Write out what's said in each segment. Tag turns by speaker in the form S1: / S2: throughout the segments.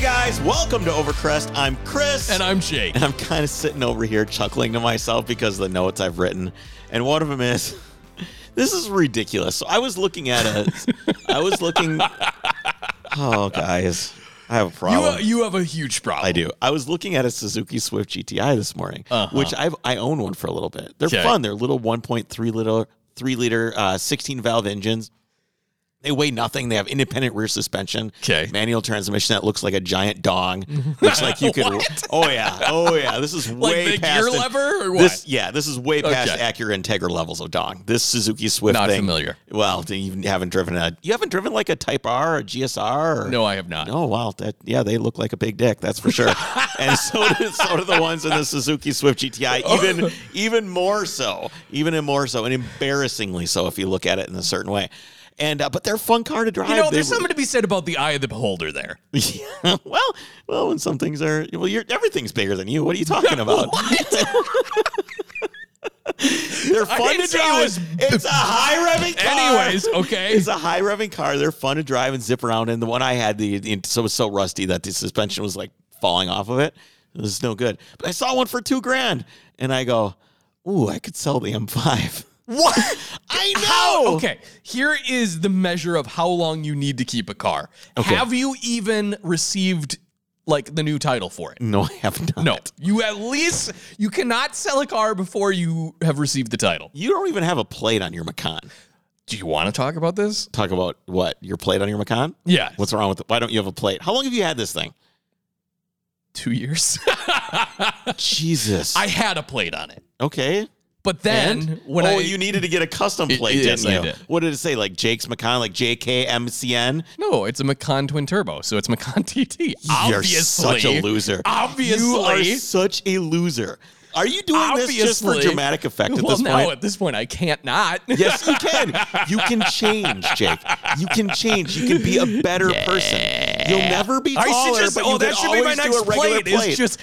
S1: guys, welcome to Overcrest. I'm Chris.
S2: And I'm Jake.
S1: And I'm kind of sitting over here chuckling to myself because of the notes I've written. And one of them is this is ridiculous. So I was looking at it. I was looking. Oh, guys. I have a
S2: You,
S1: problem.
S2: uh, you have a huge problem.
S1: I do. I was looking at a Suzuki Swift GTI this morning,
S2: Uh-huh.
S1: which I've I own one for a little bit. They're
S2: Okay.
S1: fun. They're little 1.3 little three liter uh, 16 valve engines. They weigh nothing. They have independent rear suspension.
S2: Okay.
S1: Manual transmission that looks like a giant dong. Looks like you could. oh yeah. Oh yeah. This is
S2: Like
S1: way
S2: the
S1: past
S2: gear
S1: it-
S2: lever or what?
S1: This yeah. This is way past
S2: Okay.
S1: Acura Integra levels of dong. This Suzuki Swift
S2: Not
S1: thing.
S2: familiar.
S1: Well, you haven't driven a. You haven't driven like a Type R or GSR. Or,
S2: no, I have not.
S1: Oh wow, that yeah, they look like a big dick, that's for sure. and so do, so do the ones in the Suzuki Swift GTI, even even more so, even and more so, and embarrassingly so if you look at it in a certain way. And uh, but they're a fun car to drive.
S2: You know,
S1: They-
S2: there's something to be said about the eye of the beholder there.
S1: Yeah, well, well, when some things are well, you're, everything's bigger than you. What are you talking about? they're
S2: I
S1: fun
S2: didn't
S1: to
S2: say it
S1: drive.
S2: was-
S1: it's a high revving car.
S2: Anyways, okay.
S1: It's a high revving car. They're fun to drive and zip around. And the one I had, the, the so it was so rusty that the suspension was like falling off of it. It was no good. But I saw one for two grand, and I go, "Ooh, I could sell the M5."
S2: What?
S1: I know.
S2: Okay, here is the measure of how long you need to keep a car.
S1: Okay.
S2: Have you even received like the new title for it?
S1: No, I have not.
S2: No. You at least you cannot sell a car before you have received the title.
S1: You don't even have a plate on your Macan.
S2: Do you want to talk about this?
S1: Talk about what your plate on your Macan.
S2: Yeah.
S1: What's wrong with it? Why don't you have a plate? How long have you had this thing?
S2: Two years.
S1: Jesus.
S2: I had a plate on it.
S1: okay.
S2: But then
S1: And?
S2: when
S1: oh,
S2: I
S1: you needed to get a custom plate,
S2: yes,
S1: didn't
S2: I
S1: you?
S2: did.
S1: What did it say? Like Jake's Macan, like JKMCN.
S2: No, it's a Macan twin turbo, so it's Macan TT.
S1: You're such a loser. You are
S2: Obviously.
S1: such a loser. Are you doing this just for
S2: Obviously.
S1: dramatic effect at
S2: well,
S1: this
S2: now
S1: point?
S2: at this point, I can't not.
S1: Yes, you can. You can change, Jake. You can change. You can be a better person. You'll never be taller,
S2: I should just.
S1: but you
S2: Oh,
S1: can
S2: that should be my
S1: always do
S2: next
S1: a regular
S2: plate.
S1: plate.
S2: It's just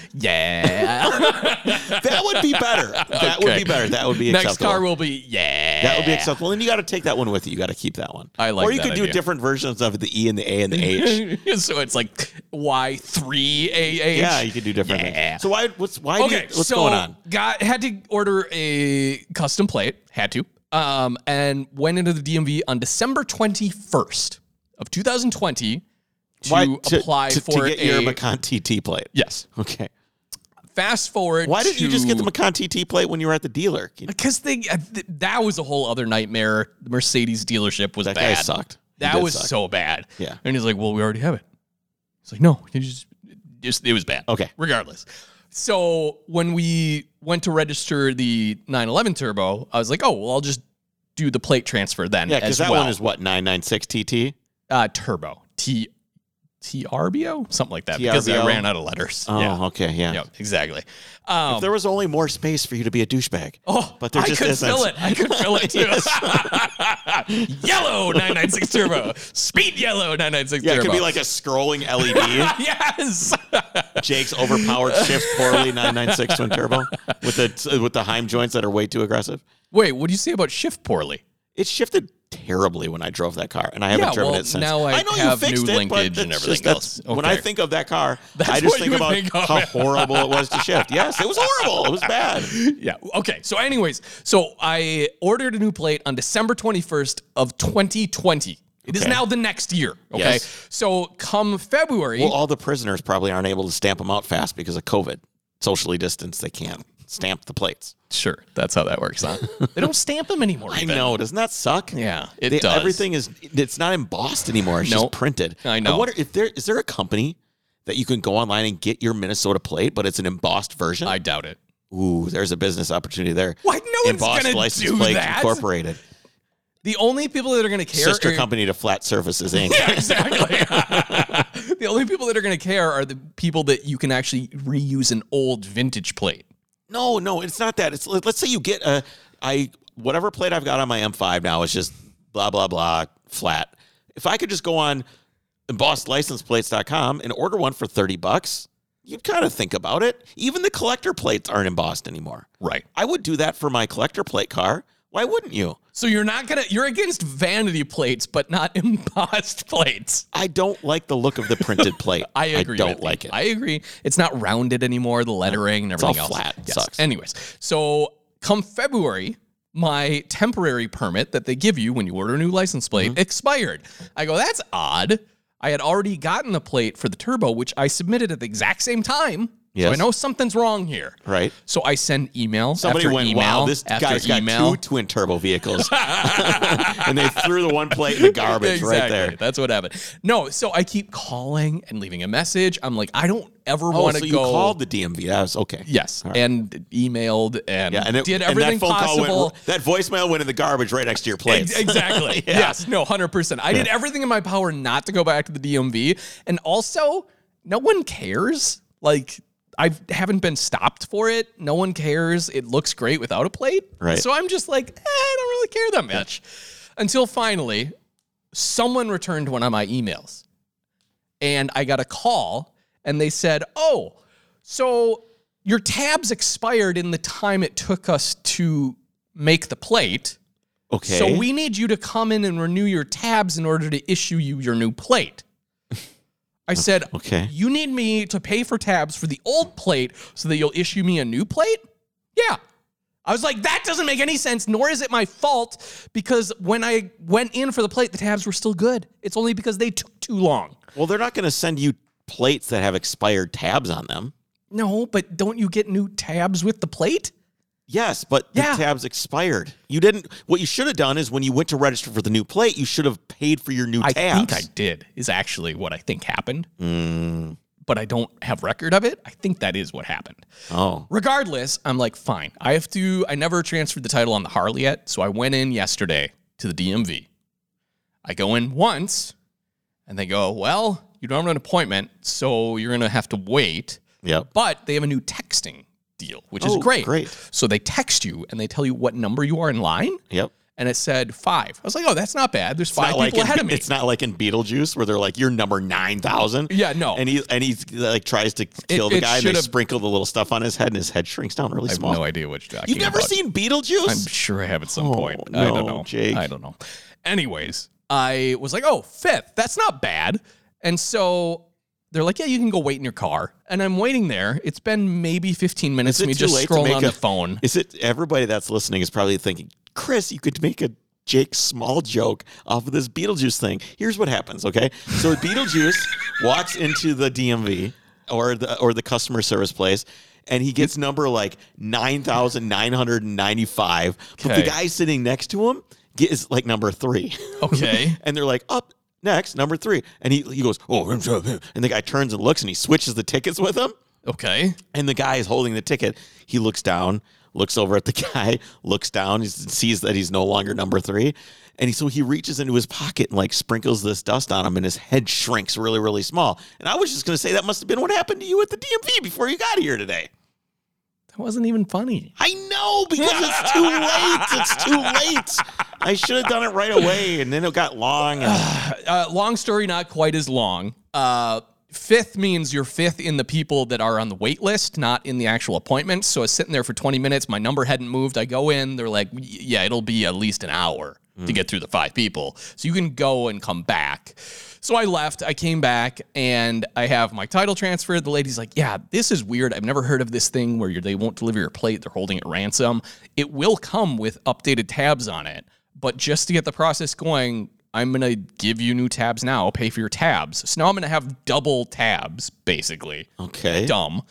S2: yeah.
S1: that would be better. That would be
S2: Okay.
S1: better. That would be
S2: next
S1: acceptable.
S2: car will be yeah.
S1: That would be acceptable. And you got to take that one with you. You got to keep that one.
S2: I like
S1: Or you
S2: that
S1: could do
S2: idea.
S1: different versions of the E and the A and the H.
S2: so it's like Y three A H.
S1: yeah, you could do different
S2: Yeah.
S1: things. So why? What's why? do you-
S2: Okay,
S1: what's
S2: so
S1: going on?
S2: Got had to order a custom plate, had to, um, and went into the DMV on December twenty first of two thousand twenty to
S1: Why
S2: apply
S1: to,
S2: for
S1: to get
S2: a
S1: your Macan TT plate?
S2: yes.
S1: Okay.
S2: Fast forward.
S1: Why didn't you just get the Macan TT plate when you were at the dealer? That
S2: Because they uh, th- that was a whole other nightmare. The Mercedes dealership was
S1: guy
S2: bad.
S1: sucked. He
S2: That
S1: did
S2: was
S1: suck.
S2: so bad.
S1: Yeah.
S2: And he's like, "Well, we already have it." He's like, "No, it just, just it was bad."
S1: Okay.
S2: Regardless. So when we went to register the 911 turbo, I was like, "Oh, well, I'll just do the plate transfer then."
S1: Yeah, because
S2: as
S1: that
S2: well.
S1: one is what nine nine six TT.
S2: uh, turbo T TRBO something like that because I
S1: TRBO?
S2: ran out of letters.
S1: Oh,
S2: Yeah.
S1: okay, yeah.
S2: Yeah. Exactly. Um,
S1: If there was only more space for you to be a douchebag.
S2: Oh,
S1: But there
S2: I
S1: just
S2: could
S1: isn't.
S2: fill it. I could fill it too. yellow 996 turbo. Speed yellow 996
S1: Yeah,
S2: turbo.
S1: it could be like a scrolling E LED.
S2: yes.
S1: Jake's overpowered shift poorly nine nine six twin turbo with the with the Heim joints that are way too aggressive.
S2: Wait, what do you say about shift poorly?
S1: It shifted terribly when I drove that car, and I haven't
S2: Yeah,
S1: driven
S2: well,
S1: it since.
S2: now I have new
S1: but
S2: linkage and
S1: that's
S2: everything
S1: that's-
S2: else.
S1: When I
S2: Okay.
S1: think of that car,
S2: That's
S1: I just
S2: what
S1: think
S2: you would
S1: about
S2: think of.
S1: how horrible it was to shift. Yes, it was horrible. It was bad.
S2: Yeah. Okay. So, anyways, so I ordered a new plate on December 21st of 2020. It is
S1: Okay.
S2: now the next year. Okay.
S1: Yes.
S2: So, come February.
S1: Well, all the prisoners probably aren't able to stamp them out fast because of COVID. Socially distanced, they can't stamp the plates.
S2: sure. That's how that works, huh? they don't stamp them anymore.
S1: I
S2: even.
S1: know. Doesn't that suck?
S2: Yeah. It
S1: They-
S2: does.
S1: Everything is it's not embossed anymore. It's just
S2: Nope.
S1: printed.
S2: I know.
S1: I wonder if there is there a company that you can go online and get your Minnesota plate, but it's an embossed version.
S2: I doubt it.
S1: Ooh, there's a business opportunity there.
S2: Why? No one's
S1: embossed
S2: gonna
S1: license
S2: do
S1: plate
S2: that.
S1: incorporated,
S2: The only people that are going to care
S1: sister
S2: are,
S1: company to Flat Surfaces Inc.
S2: Yeah, exactly. the only people that are going to care are the people that you can actually reuse an old vintage plate.
S1: No, no, it's not that. It's let's say you get a I whatever plate I've got on my M5 now is just blah blah blah flat. If I could just go on embossedlicenseplates.com and order one for 30 bucks, you'd kind of think about it. Even the collector plates aren't embossed anymore.
S2: Right.
S1: I would do that for my collector plate car. Why wouldn't you?
S2: So you're not gonna you're against vanity plates, but not embossed plates.
S1: I don't like the look of the printed plate.
S2: I agree.
S1: I don't
S2: with you.
S1: like it.
S2: I agree. It's not rounded anymore. The lettering and
S1: all
S2: everything else.
S1: flat. It sucks.
S2: Anyways, so come February, my temporary permit that they give you when you order a new license plate
S1: Mm-hmm.
S2: expired. I go, that's odd. I had already gotten the plate for the turbo, which I submitted at the exact same time. So I
S1: Yes.
S2: know something's wrong here.
S1: right?
S2: So I send email.
S1: Somebody
S2: after
S1: went,
S2: email
S1: wow, this
S2: after
S1: guy's got
S2: email.
S1: two twin turbo vehicles. and they threw the one plate in the garbage right
S2: exactly.
S1: there.
S2: That's what happened. No, so I keep calling and leaving a message. I'm like, I don't ever
S1: Oh,
S2: want to
S1: so you
S2: go.
S1: called the DMV. That was okay.
S2: Yes, and emailed and,
S1: Yeah, and it,
S2: did
S1: and
S2: everything
S1: that phone
S2: possible.
S1: Call went, that voicemail went in the garbage right next to your plate.
S2: Ex- Exactly. Yes. No. Hundred percent. I did everything in my power not to go back to the DMV, and also no one cares. Like I haven't been stopped for it. No one cares. It looks great without a plate.
S1: Right.
S2: So I'm just like, eh, I don't really care that much. Until finally, someone returned one of my emails, and I got a call, and they said, "Oh, so." Your tabs expired in the time it took us to make the plate.
S1: Okay.
S2: So we need you to come in and renew your tabs in order to issue you your new plate. I said,
S1: Okay.
S2: You need me to pay for tabs for the old plate so that you'll issue me a new plate? Yeah. I was like, that doesn't make any sense, nor is it my fault because when I went in for the plate, the tabs were still good. It's only because they took too long.
S1: well, they're not going to send you plates that have expired tabs on them.
S2: No, but don't you get new tabs with the plate?
S1: Yes, but the
S2: Yeah.
S1: tabs expired. You didn't. What you should have done is when you went to register for the new plate, you should have paid for your new
S2: I
S1: tabs. Mm.
S2: think I did, is actually what I think happened. But I don't have record of it. I think that is what happened.
S1: oh,
S2: Regardless, I'm like, fine. I have to, I never transferred the title on the Harley yet. So I went in yesterday to the DMV. I go in once and they go, well, you don't have an appointment. So you're going to have to wait.
S1: yep.
S2: But they have a new texting deal, which is
S1: Oh,
S2: great.
S1: great.
S2: So they text you and they tell you what number you are in line.
S1: Yep.
S2: And it said five. I was like, oh, that's not bad. There's five
S1: Not
S2: people
S1: like in,
S2: ahead of me.
S1: It's not like in Beetlejuice where they're like, "You're number nine thousand.
S2: Yeah, no.
S1: And he and he like tries to kill
S2: it
S1: the guy, and they
S2: should've-
S1: sprinkle the little stuff on his head, and his head shrinks down really
S2: I have
S1: small.
S2: no idea what you're talking
S1: You've never
S2: about.
S1: seen
S2: I'm
S1: Beetlejuice?
S2: sure I have at some
S1: Oh,
S2: point. I don't
S1: no,
S2: know.
S1: Jake.
S2: I don't know. Anyways, I was like, oh, fifth, that's not bad. And so they're like, yeah, you can go wait in your car. And I'm waiting there. It's been maybe 15 minutes.
S1: Is it
S2: Me
S1: too
S2: just
S1: late to
S2: scrolling
S1: make
S2: on
S1: a-
S2: the phone.
S1: Is it everybody that's listening is probably thinking, Chris, you could make a Jake Small joke off of this Beetlejuice thing. Here's what happens, okay? So Beetlejuice walks into the DMV or the or the customer service place. And he gets number like 9,995. But the
S2: Okay.
S1: guy sitting next to him get- is like number three.
S2: Okay.
S1: and they're like, up next, number three. And he, he goes, oh, and the guy turns and looks and he switches the tickets with him
S2: okay.
S1: and the guy is holding the ticket. He looks down, looks over at the guy, looks down, he sees that he's no longer number three. And he, so he reaches into his pocket and like sprinkles this dust on him, and his head shrinks really, really small. And I was just going to say that must have been what happened to you at the DMV before you got here today.
S2: That wasn't even funny.
S1: I know because it's too late. It's too late. I should have done it right away, and then it got long. And
S2: Uh, long story, not quite as long. Uh, fifth means you're fifth in the people that are on the wait list, not in the actual appointments. So I was sitting there for 20 minutes. My number hadn't moved. I go in. They're like, yeah, it'll be at least an hour to get through the five people. So you can go and come back. So I left. I came back and I have my title transferred. The lady's like, yeah, this is weird. I've never heard of this thing where you're, they won't deliver your plate. They're holding it ransom. It will come with updated tabs on it. But just to get the process going, I'm going to give you new tabs now, pay for your tabs. So now I'm going to have double tabs, basically.
S1: okay.
S2: Dumb.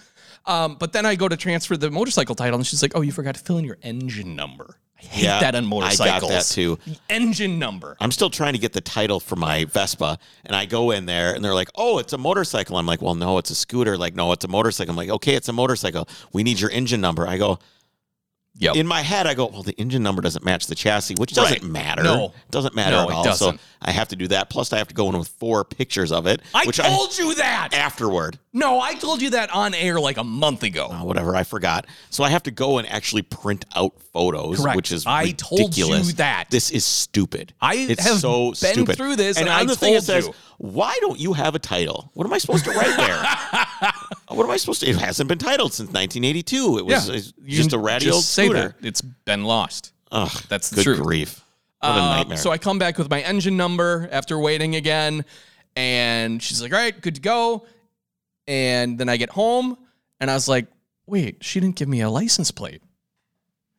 S2: Um, but then I go to transfer the motorcycle title, and she's like, oh, you forgot to fill in your engine number. I hate
S1: Yeah,
S2: that on
S1: I
S2: motorcycles.
S1: got that too.
S2: The engine number.
S1: I'm still trying to get the title for my Vespa, and I go in there, and they're like, "Oh, it's a motorcycle." I'm like, "Well, no, it's a scooter." Like, "No, it's a motorcycle." I'm like, "Okay, it's a motorcycle. We need your engine number." I go
S2: Yep.
S1: in my head, I go, "Well, the engine number doesn't match the chassis, which doesn't
S2: Right.
S1: matter.
S2: No.
S1: It doesn't matter
S2: No,
S1: at
S2: it
S1: all."
S2: doesn't.
S1: So I have to do that. Plus, I have to go in with four pictures of it,
S2: I
S1: which
S2: told you that.
S1: I afterward.
S2: No, I told you that on air like a month ago.
S1: Oh, whatever, I forgot. So I have to go and actually print out photos,
S2: Correct.
S1: which is
S2: I told you
S1: ridiculous.
S2: that.
S1: this is stupid.
S2: I
S1: it's
S2: have
S1: so
S2: been
S1: stupid.
S2: through this, and
S1: I'm
S2: I
S1: the thing that
S2: told
S1: says,
S2: you.
S1: "Why don't you have a title? What am I supposed to write there? what am I supposed to? It hasn't been titled since 1982. It was
S2: Yeah.
S1: it's just a ratty
S2: Just
S1: old
S2: say
S1: scooter.
S2: that. It's been lost.
S1: Ugh,
S3: That's the
S1: good
S3: truth.
S1: grief. What a
S2: Uh,
S3: Um,
S1: nightmare.
S3: So I come back with my engine number after waiting again, and she's like, "All right, good to go." And then I get home, and I was like, "Wait, she didn't give me a license plate."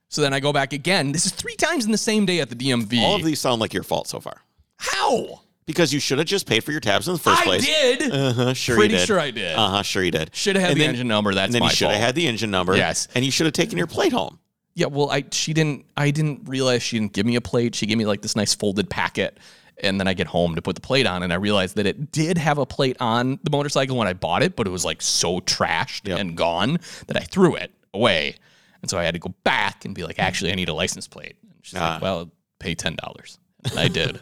S3: So then I go back again. This is three times in the same day at the DMV.
S1: All of these sound like your fault so far
S3: How?
S1: because you should have just paid for your tabs in the first
S3: I
S1: place.
S3: did.
S1: Uh huh. Sure,
S3: Pretty
S1: you did.
S3: sure I did.
S1: Uh huh. Sure, you did.
S3: should have had
S1: and
S3: the
S1: then-
S3: engine number. That's
S1: and then
S3: my
S1: you should
S3: fault.
S1: have had the engine number.
S3: Yes.
S1: And you should have taken your plate home.
S3: Yeah, well, I she didn't I didn't realize she didn't give me a plate. She gave me like this nice folded packet. And then I get home to put the plate on, and I realized that it did have a plate on the motorcycle when I bought it, but it was like so trashed
S1: Yep.
S3: and gone that I threw it away. And so I had to go back and be like, actually, I need a license plate. And she's
S1: Ah.
S3: like, well, pay ten dollars. And I did.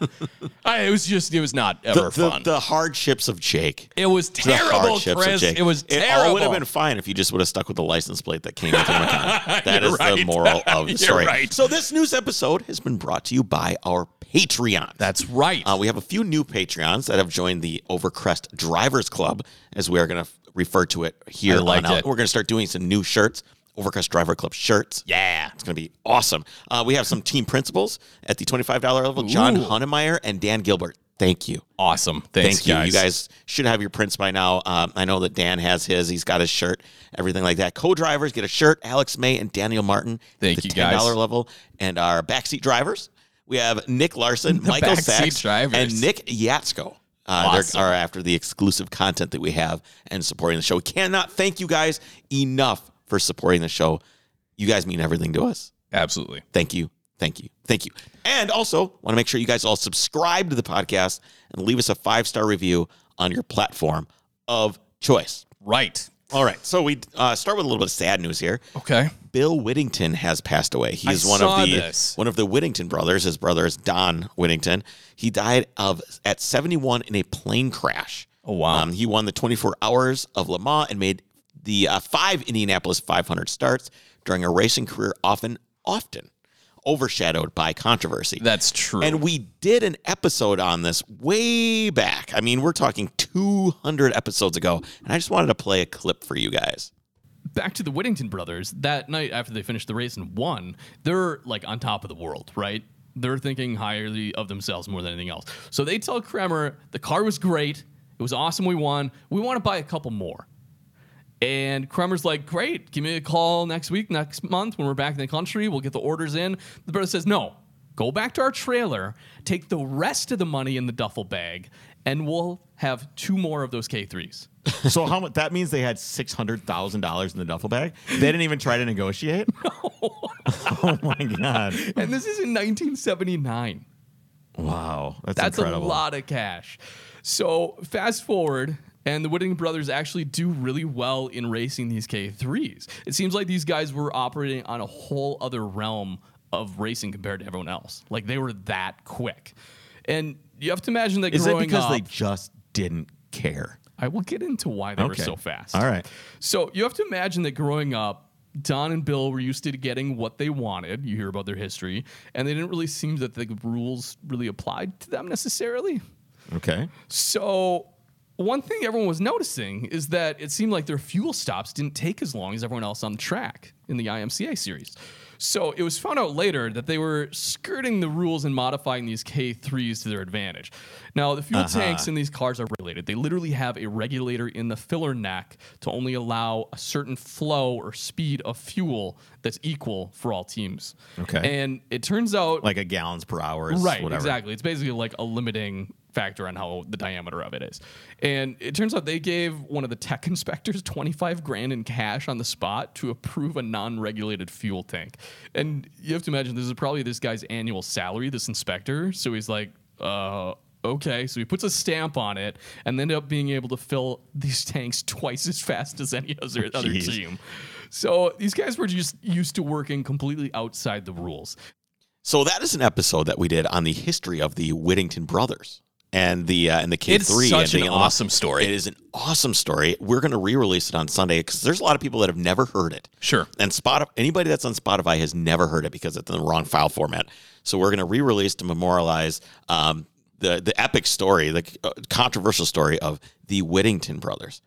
S3: I, it was just, it was not ever
S1: The, the,
S3: fun.
S1: the hardships of Jake.
S3: it was
S1: The
S3: terrible,
S1: hardships of
S3: Chris.
S1: Jake.
S3: It was
S1: It
S3: terrible.
S1: all would have been fine if you just would have stuck with the license plate that came with the Macan. That
S3: You're
S1: is the
S3: right.
S1: moral of the
S3: You're
S1: story.
S3: right.
S1: So this news episode has been brought to you by our Patreon.
S3: That's right.
S1: Uh, we have a few new Patreons that have joined the Overcrest Drivers Club, as we are going to refer to it here.
S3: I liked
S1: on out.
S3: it.
S1: We're going to start doing some new shirts, Overcrest Driver Club shirts.
S3: yeah.
S1: It's going to be awesome. Uh, we have some team principals at the $25 level, John
S3: Ooh.
S1: Hunnemeyer and Dan Gilbert. Thank you.
S3: Awesome. Thanks,
S1: Thank you. You guys should have your prints by now. Um, I know that Dan has his. He's got his shirt, everything like that. Co-drivers get a shirt. Alex May and Daniel Martin.
S3: Thank
S1: at the
S3: you, guys.
S1: Ten dollar level, and our backseat drivers. We have Nick Larson, Michael
S3: backseat
S1: Sachs,
S3: drivers.
S1: and Nick Yatsko. Uh,
S3: Awesome.
S1: They are after the exclusive content that we have and supporting the show. We cannot thank you guys enough for supporting the show. You guys mean everything to us.
S3: Absolutely.
S1: Thank you. Thank you. Thank you. And also, want to make sure you guys all subscribe to the podcast and leave us a five star review on your platform of choice.
S3: Right.
S1: All right. So we uh, start with a little bit of sad news here.
S3: Okay.
S1: Bill Whittington has passed away. He
S3: I
S1: is one
S3: saw
S1: of the
S3: this.
S1: one of the Whittington brothers. His brother is Don Whittington. He died of at 71 in a plane crash.
S3: Oh, wow.
S1: Um, he won the 24 Hours of Le Mans and made the uh, five Indianapolis 500 starts during a racing career, often often overshadowed by controversy.
S3: That's true.
S1: and we did an episode on this way back. I mean, we're talking 200 episodes ago, and I just wanted to play a clip for you guys.
S2: back to the Whittington brothers, that night after they finished the race and won, they're like on top of the world, right? They're thinking highly of themselves more than anything else. So they tell Kramer, the car was great. It was awesome. We won. We want to buy a couple more. And Kramer's like, great. Give me a call next week, next month when we're back in the country. We'll get the orders in. The brother says, no, go back to our trailer, take the rest of the money in the duffel bag, and we'll have two more of those K3s.
S4: So how much? That means they had six hundred thousand dollars in the duffel bag. They didn't even try to negotiate. oh my god!
S2: And this is in 1979.
S4: Wow, that's,
S2: That's
S4: incredible.
S2: a lot of cash. So fast forward, and the Whittington brothers actually do really well in racing these K3s. It seems like these guys were operating on a whole other realm of racing compared to everyone else. Like they were that quick. And you have to imagine that
S4: Is it
S2: growing
S4: because
S2: up,
S4: they just didn't care?
S2: I will get into why they were so fast.
S4: All right.
S2: So you have to imagine that growing up, Don and Bill were used to getting what they wanted. You hear about their history, and they didn't really seem that the rules really applied to them necessarily.
S4: Okay.
S2: So, one thing everyone was noticing is that it seemed like their fuel stops didn't take as long as everyone else on the track in the IMCA series. So, it was found out later that they were skirting the rules and modifying these K3s to their advantage. Now, the fuel tanks in these cars are regulated. They literally have a regulator in the filler neck to only allow a certain flow or speed of fuel that's equal for all teams.
S4: Okay.
S2: And it turns out
S4: Like a gallons per hour, is
S2: right
S4: Whatever.
S2: exactly it's basically like a limiting factor on how the diameter of it is and it turns out they gave one of the tech inspectors 25 grand in cash on the spot to approve a non-regulated fuel tank and you have to imagine this is probably this guy's annual salary this inspector so he's like uh okay so he puts a stamp on it and they end up being able to fill these tanks twice as fast as any other, other
S4: Jeez.
S2: team so these guys were just used to working completely outside the rules
S1: So that is an episode that we did on the history of the Whittington brothers and the uh, and the K
S3: It's
S1: three.
S3: such
S1: and
S3: an
S1: the-
S3: awesome story.
S1: It is an awesome story. We're going to re-release it on Sunday because there's a lot of people that have never heard it.
S3: Sure.
S1: And Spotify, anybody that's on Spotify has never heard it because it's in the wrong file format. So we're going to re-release to memorialize um, the the epic story, the uh, controversial story of the Whittington brothers.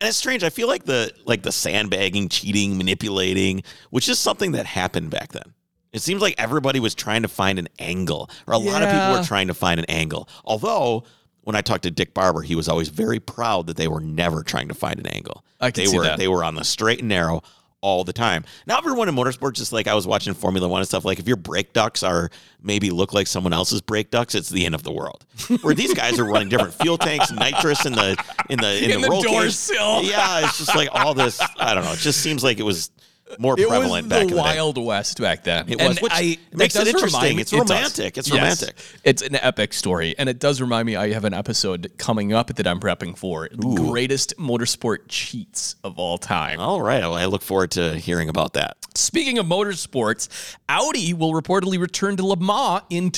S1: And it's strange. I feel like the like the sandbagging, cheating, manipulating, which is something that happened back then. It seems like everybody was trying to find an angle, or a lot of people
S2: Yeah.
S1: were trying to find an angle. Although, when I talked to Dick Barber, he was always very proud that they were never trying to find an angle.
S2: I can
S1: they
S2: see
S1: were
S2: that.
S1: they were on the straight and narrow all the time. Now everyone in motorsports, just like I was watching Formula One and stuff, like if your brake ducts are maybe look like someone else's brake ducts, it's the end of the world. Where these guys are running different fuel tanks, nitrous in the in the in,
S2: In the
S1: roll
S2: door
S1: cage.
S2: sill.
S1: Yeah, it's just like all this. I don't know. It just seems like it was more
S2: It
S1: prevalent
S2: was
S1: back
S2: the
S1: in the day.
S2: Wild West back then.
S1: It
S2: And
S1: was, which
S2: I- that
S1: makes it
S2: does remind
S1: interesting.
S2: me-
S1: It's
S2: it does.
S1: romantic. It's
S2: Yes.
S1: romantic.
S2: It's an epic story, and it does remind me. I have an episode coming up that I'm prepping for. The greatest motorsport cheats of all time.
S1: All right. Well, I look forward to hearing about that.
S2: Speaking of motorsports, Audi will reportedly return to Le Mans in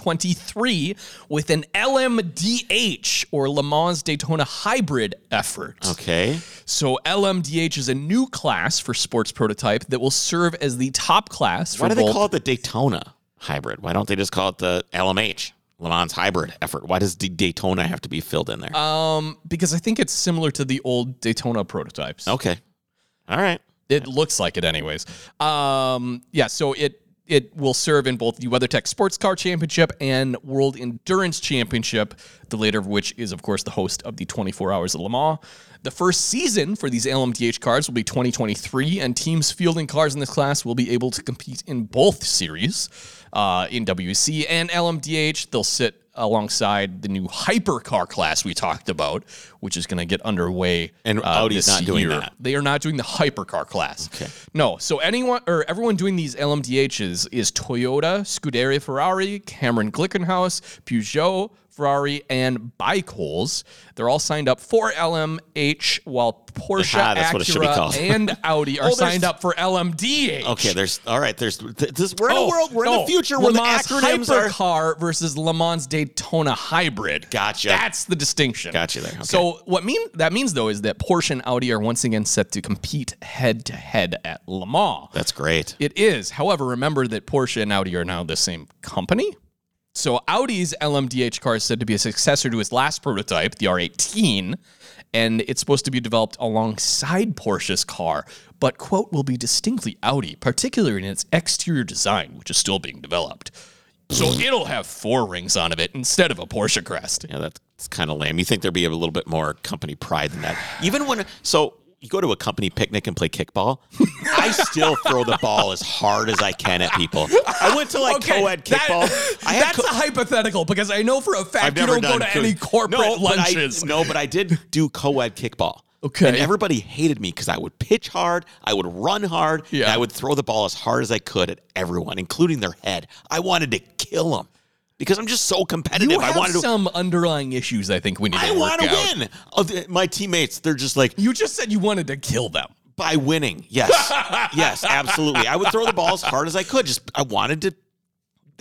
S2: 2023 with an LMDH or Le Mans Daytona Hybrid effort.
S1: Okay.
S2: So LMDH is a new class for sports prototype that will serve as the top class for
S1: Why do
S2: both
S1: they call it the Daytona hybrid? Why don't they just call it the LMH, Le Mans hybrid effort? Why does the Daytona have to be filled in there?
S2: Uh, because I think it's similar to the old Daytona prototypes.
S1: okay. All right.
S2: It looks like it, anyways. Um, yeah, so it it will serve in both the WeatherTech Sports Car Championship and World Endurance Championship, the later of which is, of course, the host of the 24 Hours of Le Mans. The first season for these LMDH cars will be 2023, and teams fielding cars in this class will be able to compete in both series uh, in WC and LMDH. They'll sit alongside the new hypercar class we talked about, which is going to get underway.
S1: And
S2: uh,
S1: Audi's
S2: this
S1: not doing
S2: year.
S1: that.
S2: They are not doing the hypercar class. No. So anyone or everyone doing these LMDHs is Toyota, Scuderia Ferrari, Cameron Glickenhaus, Peugeot, Ferrari, and Bicoles. They're all signed up for LMH, while Porsche,
S1: Ah, that's what it should be
S2: Acura,
S1: called.
S2: and Audi are
S1: there's-
S2: signed up for LMDH.
S1: Okay. There's all right. There's th- this. We're in
S2: Oh,
S1: a world. We're in
S2: no,
S1: the future
S2: Le
S1: where the
S2: Mans
S1: acronyms are.
S2: hypercar versus Le Mans Daytona hybrid.
S1: Gotcha.
S2: That's the distinction.
S1: Gotcha there. Okay.
S2: So what mean that means though is that Porsche and Audi are once again set to compete head to head at Le Mans.
S1: That's great.
S2: It is, however, remember that Porsche and Audi are now the same company. So Audi's LMDH car is said to be a successor to its last prototype, the R18, and it's supposed to be developed alongside Porsche's car, but quote will be distinctly Audi, particularly in its exterior design, which is still being developed. So it'll have four rings on of it instead of a Porsche crest.
S1: Yeah, that's kind of lame. You think there'd be a little bit more company pride than that. Even when, so you go to a company picnic and play kickball, I still throw the ball as hard as I can at people. I went to like co-ed
S2: that-
S1: kickball. I had
S2: that's a hypothetical because I know for a fact you don't go to
S1: co-
S2: any corporate
S1: no, but I-
S2: lunches.
S1: no, but I did do co-ed kickball.
S2: Okay.
S1: And everybody hated me because I would pitch hard, I would run hard, and
S2: Yeah.
S1: I would throw the ball as hard as I could at everyone, including their head. I wanted to kill them because I'm just so competitive.
S2: You
S1: I
S2: have
S1: wanted to
S2: some underlying issues. I think we need.
S1: I
S2: to
S1: want
S2: want
S1: to win. Oh, th- my teammates, they're just like
S2: You just said you wanted to kill them.
S1: by winning. Yes, yes, absolutely. I would throw the ball as hard as I could. Just I wanted to,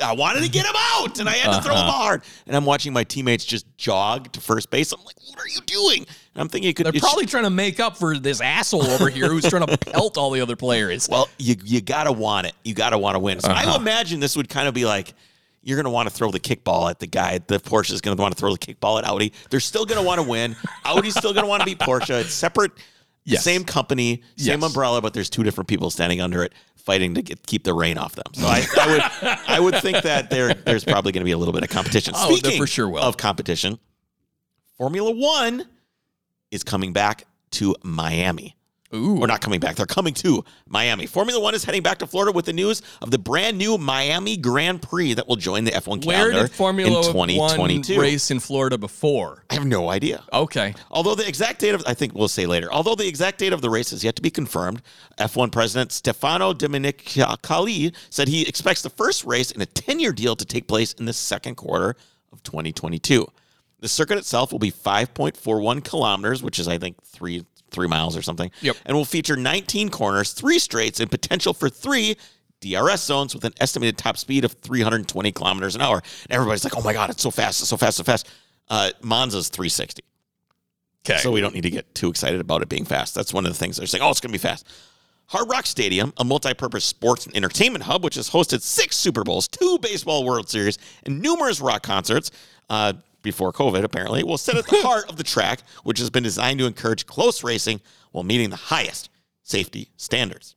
S1: I wanted to get him out, and I had to throw the
S2: Uh-huh.
S1: ball hard. And I'm watching my teammates just jog to first base. I'm like, what are you doing? And I'm thinking, it could
S2: They're
S1: it
S2: probably trying to make up for this asshole over here who's trying to pelt all the other players.
S1: Well, you you gotta want it. You gotta want to win. So
S2: Uh-huh.
S1: I imagine this would kind of be like. You're gonna want to throw the kickball at the guy. The Porsche is gonna want to throw the kickball at Audi. They're still gonna want to win. Audi's still gonna want to beat Porsche. It's separate,
S2: Yes.
S1: same company, same
S2: Yes.
S1: umbrella, but there's two different people standing under it, fighting to get, keep the rain off them. So I, I would I would think that there there's probably gonna be a little bit of competition.
S2: Oh, there
S1: Speaking
S2: for sure will.
S1: of competition, Formula One is coming back to Miami. Ooh. Or not coming back. They're coming to Miami. Formula One is heading back to Florida with the news of the brand new Miami Grand Prix that will join the F1
S2: Where
S1: calendar
S2: did Formula
S1: in
S2: One
S1: 2022.
S2: race in Florida before?
S1: I have no idea.
S2: Okay.
S1: Although the exact date of, I think we'll say later, although the exact date of the race is yet to be confirmed, F1 President Stefano Domenicali said he expects the first race in a 10 year deal to take place in the second quarter of 2022. The circuit itself will be 5.41 kilometers, which is, I think, three three miles or something,
S2: Yep.
S1: and will feature 19 corners, three straights, and potential for three DRS zones with an estimated top speed of 320 kilometers an hour. And everybody's like, oh my God, it's so fast, it's so fast, so fast. Uh, Monza's 360.
S2: Okay.
S1: So we don't need to get too excited about it being fast. That's one of the things they're saying. Oh, it's going to be fast. Hard Rock Stadium, a multi-purpose sports and entertainment hub, which has hosted six Super Bowls, two baseball World Series, and numerous rock concerts. Uh, before COVID, apparently, will sit at the heart of the track, which has been designed to encourage close racing while meeting the highest safety standards.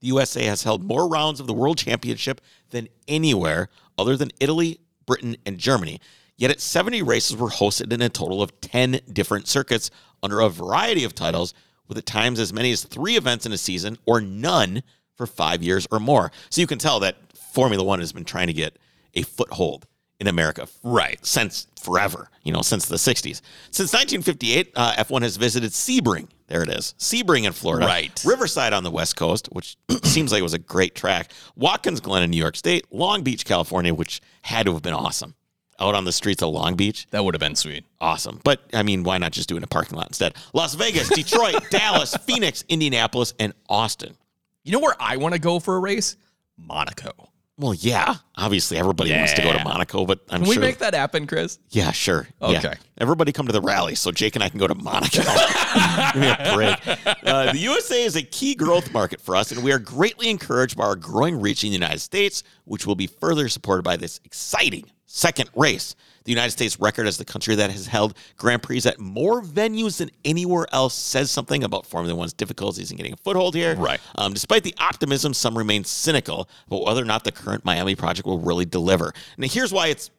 S1: the USA has held more rounds of the World Championship than anywhere other than Italy, Britain, and Germany. Yet its 70 races were hosted in a total of 10 different circuits under a variety of titles, with at times as many as three events in a season or none for five years or more. So you can tell that Formula One has been trying to get a foothold in America, right? Since forever, you know, since the 60s. Since 1958, uh, F1 has visited Sebring. There it is, Sebring in Florida,
S2: Right.
S1: Riverside on the West Coast, which seems like it was a great track. Watkins Glen in New York State, Long Beach, California, which had to have been awesome. Out on the streets of Long Beach,
S2: That would have been sweet.
S1: awesome. But I mean, why not just do it in a parking lot instead? Las Vegas, Detroit, Dallas, Phoenix, Indianapolis, and Austin.
S2: You know where I want to go for a race? Monaco.
S1: Well, yeah, obviously everybody wants to go to Monaco, but I'm
S2: Can
S1: sure
S2: we make that happen, Chris?
S1: Yeah, sure. Yeah.
S2: Okay.
S1: Everybody come to the rally so Jake and I can go to Monaco. Give me a break. Uh, the USA is a key growth market for us, and we are greatly encouraged by our growing reach in the United States, which will be further supported by this exciting second race. The United States record as the country that has held Grand Prix at more venues than anywhere else says something about Formula One's difficulties in getting a foothold here.
S2: Right.
S1: Um, despite the optimism, some remain cynical about whether or not the current Miami project will really deliver. Now, here's why it's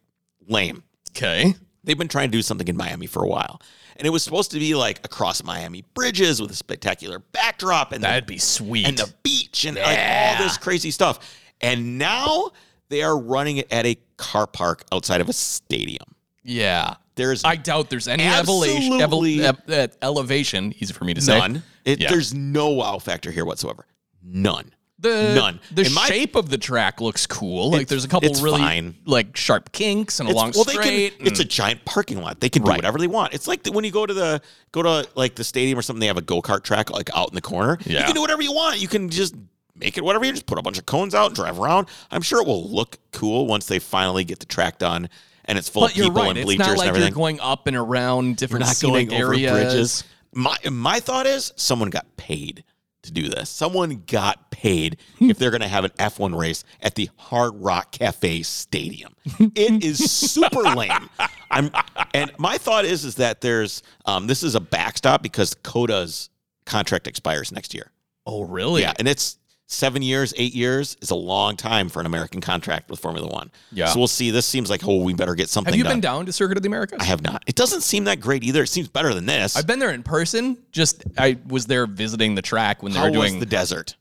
S1: lame
S2: Okay.
S1: they've been trying to do something in Miami for a while. And it was supposed to be like across Miami bridges with a spectacular backdrop and
S2: That'd
S1: the,
S2: be sweet.
S1: and the beach and like all this crazy stuff. And now they are running it at a car park outside of a stadium.
S2: yeah.
S1: There's
S2: I doubt there's any elevation,
S1: Absolutely.
S2: ev- uh, elevation, easy for me to say.
S1: none. It,
S2: Yeah.
S1: There's no wow factor here whatsoever. None.
S2: The,
S1: None.
S2: The
S1: In my-
S2: shape of the track looks cool. Like
S1: It's-
S2: there's a couple
S1: it's
S2: really
S1: fine.
S2: like sharp kinks and a long
S1: well, They
S2: straight. mm.
S1: can, it's a giant parking lot. They can do
S2: Right.
S1: whatever they want. It's like the, when you go to the go to like the stadium or something. They have a go kart track like out in the corner. You
S2: Yeah.
S1: can do whatever you want. You can just make it whatever you just put a bunch of cones out and drive around. I'm sure it will look cool once they finally get the track done and it's full
S2: but
S1: of
S2: you're
S1: people
S2: right.
S1: and
S2: It's
S1: bleachers
S2: not like
S1: and everything.
S2: you're going up and around different
S1: not
S2: scenic
S1: going over
S2: areas.
S1: bridges. My my thought is someone got paid to do this. Someone got paid if they're going to have an F1 race at the Hard Rock Cafe Stadium. It is super lame. I'm and my thought is is that there's um, this is a backstop because Coda's contract expires next year.
S2: Oh, really?
S1: Yeah, and it's seven years, eight years is a long time for an American contract with Formula One.
S2: Yeah.
S1: so we'll see. This seems like oh, we better get something.
S2: Have you
S1: done.
S2: been down to Circuit of the Americas?
S1: I have not. It doesn't seem that great either. It seems better than this.
S2: I've been there in person. Just I was there visiting the track when they
S1: How
S2: were
S1: was
S2: doing.
S1: the desert?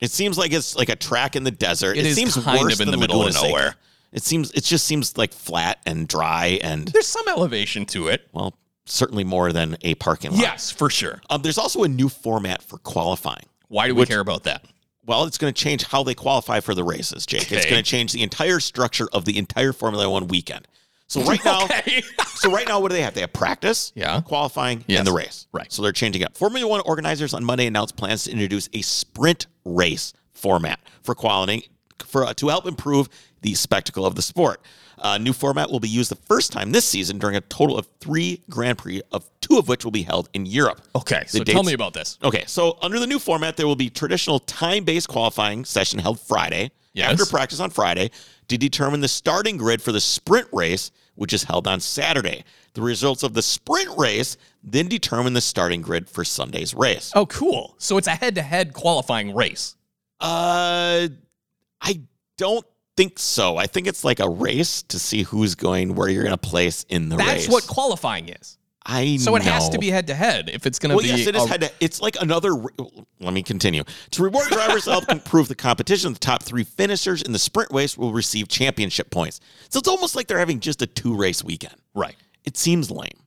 S1: It seems like it's like a track in the desert. It,
S2: It is
S1: seems
S2: kind
S1: worse
S2: of in
S1: than
S2: the middle of
S1: Laguna Seca.
S2: nowhere.
S1: It seems it just seems like flat and dry and
S2: There's some elevation to it.
S1: well, certainly more than a parking lot.
S2: Yes, for sure.
S1: Um, there's also a new format for qualifying.
S2: Why do we care about that?
S1: Well, it's going to change how they qualify for the races, Jake. It's
S2: Okay.
S1: going to change the entire structure of the entire Formula One weekend. So right now,
S2: Okay.
S1: so right now, what do they have? They have practice,
S2: Yeah.
S1: qualifying,
S2: Yes.
S1: and the race.
S2: Right.
S1: So they're changing up. Formula One organizers on Monday announced plans to introduce a sprint race format for qualifying for uh, to help improve the spectacle of the sport. Uh, new format will be used the first time this season during a total of three Grand Prix, of two of which will be held in Europe.
S2: okay. So
S1: dates-
S2: tell me about this.
S1: Okay, so under the new format, there will be traditional time-based qualifying session held Friday
S2: Yes.
S1: after practice on Friday to determine the starting grid for the sprint race, which is held on Saturday. The results of the sprint race then determine the starting grid for Sunday's race.
S2: Oh, cool. So it's a head-to-head qualifying race.
S1: Uh, I don't think so. I think it's like a race to see who's going where you're going to place in the
S2: That's
S1: race.
S2: what qualifying is.
S1: I
S2: So it has
S1: know.
S2: to be head-to-head if it's going to
S1: Well,
S2: be.
S1: yes, it is.
S2: a-
S1: Had to, it's like another. re- Let me continue. To reward drivers to help improve the competition, the top three finishers in the sprint race will receive championship points. So it's almost like they're having just a two race weekend.
S2: right.
S1: It seems lame.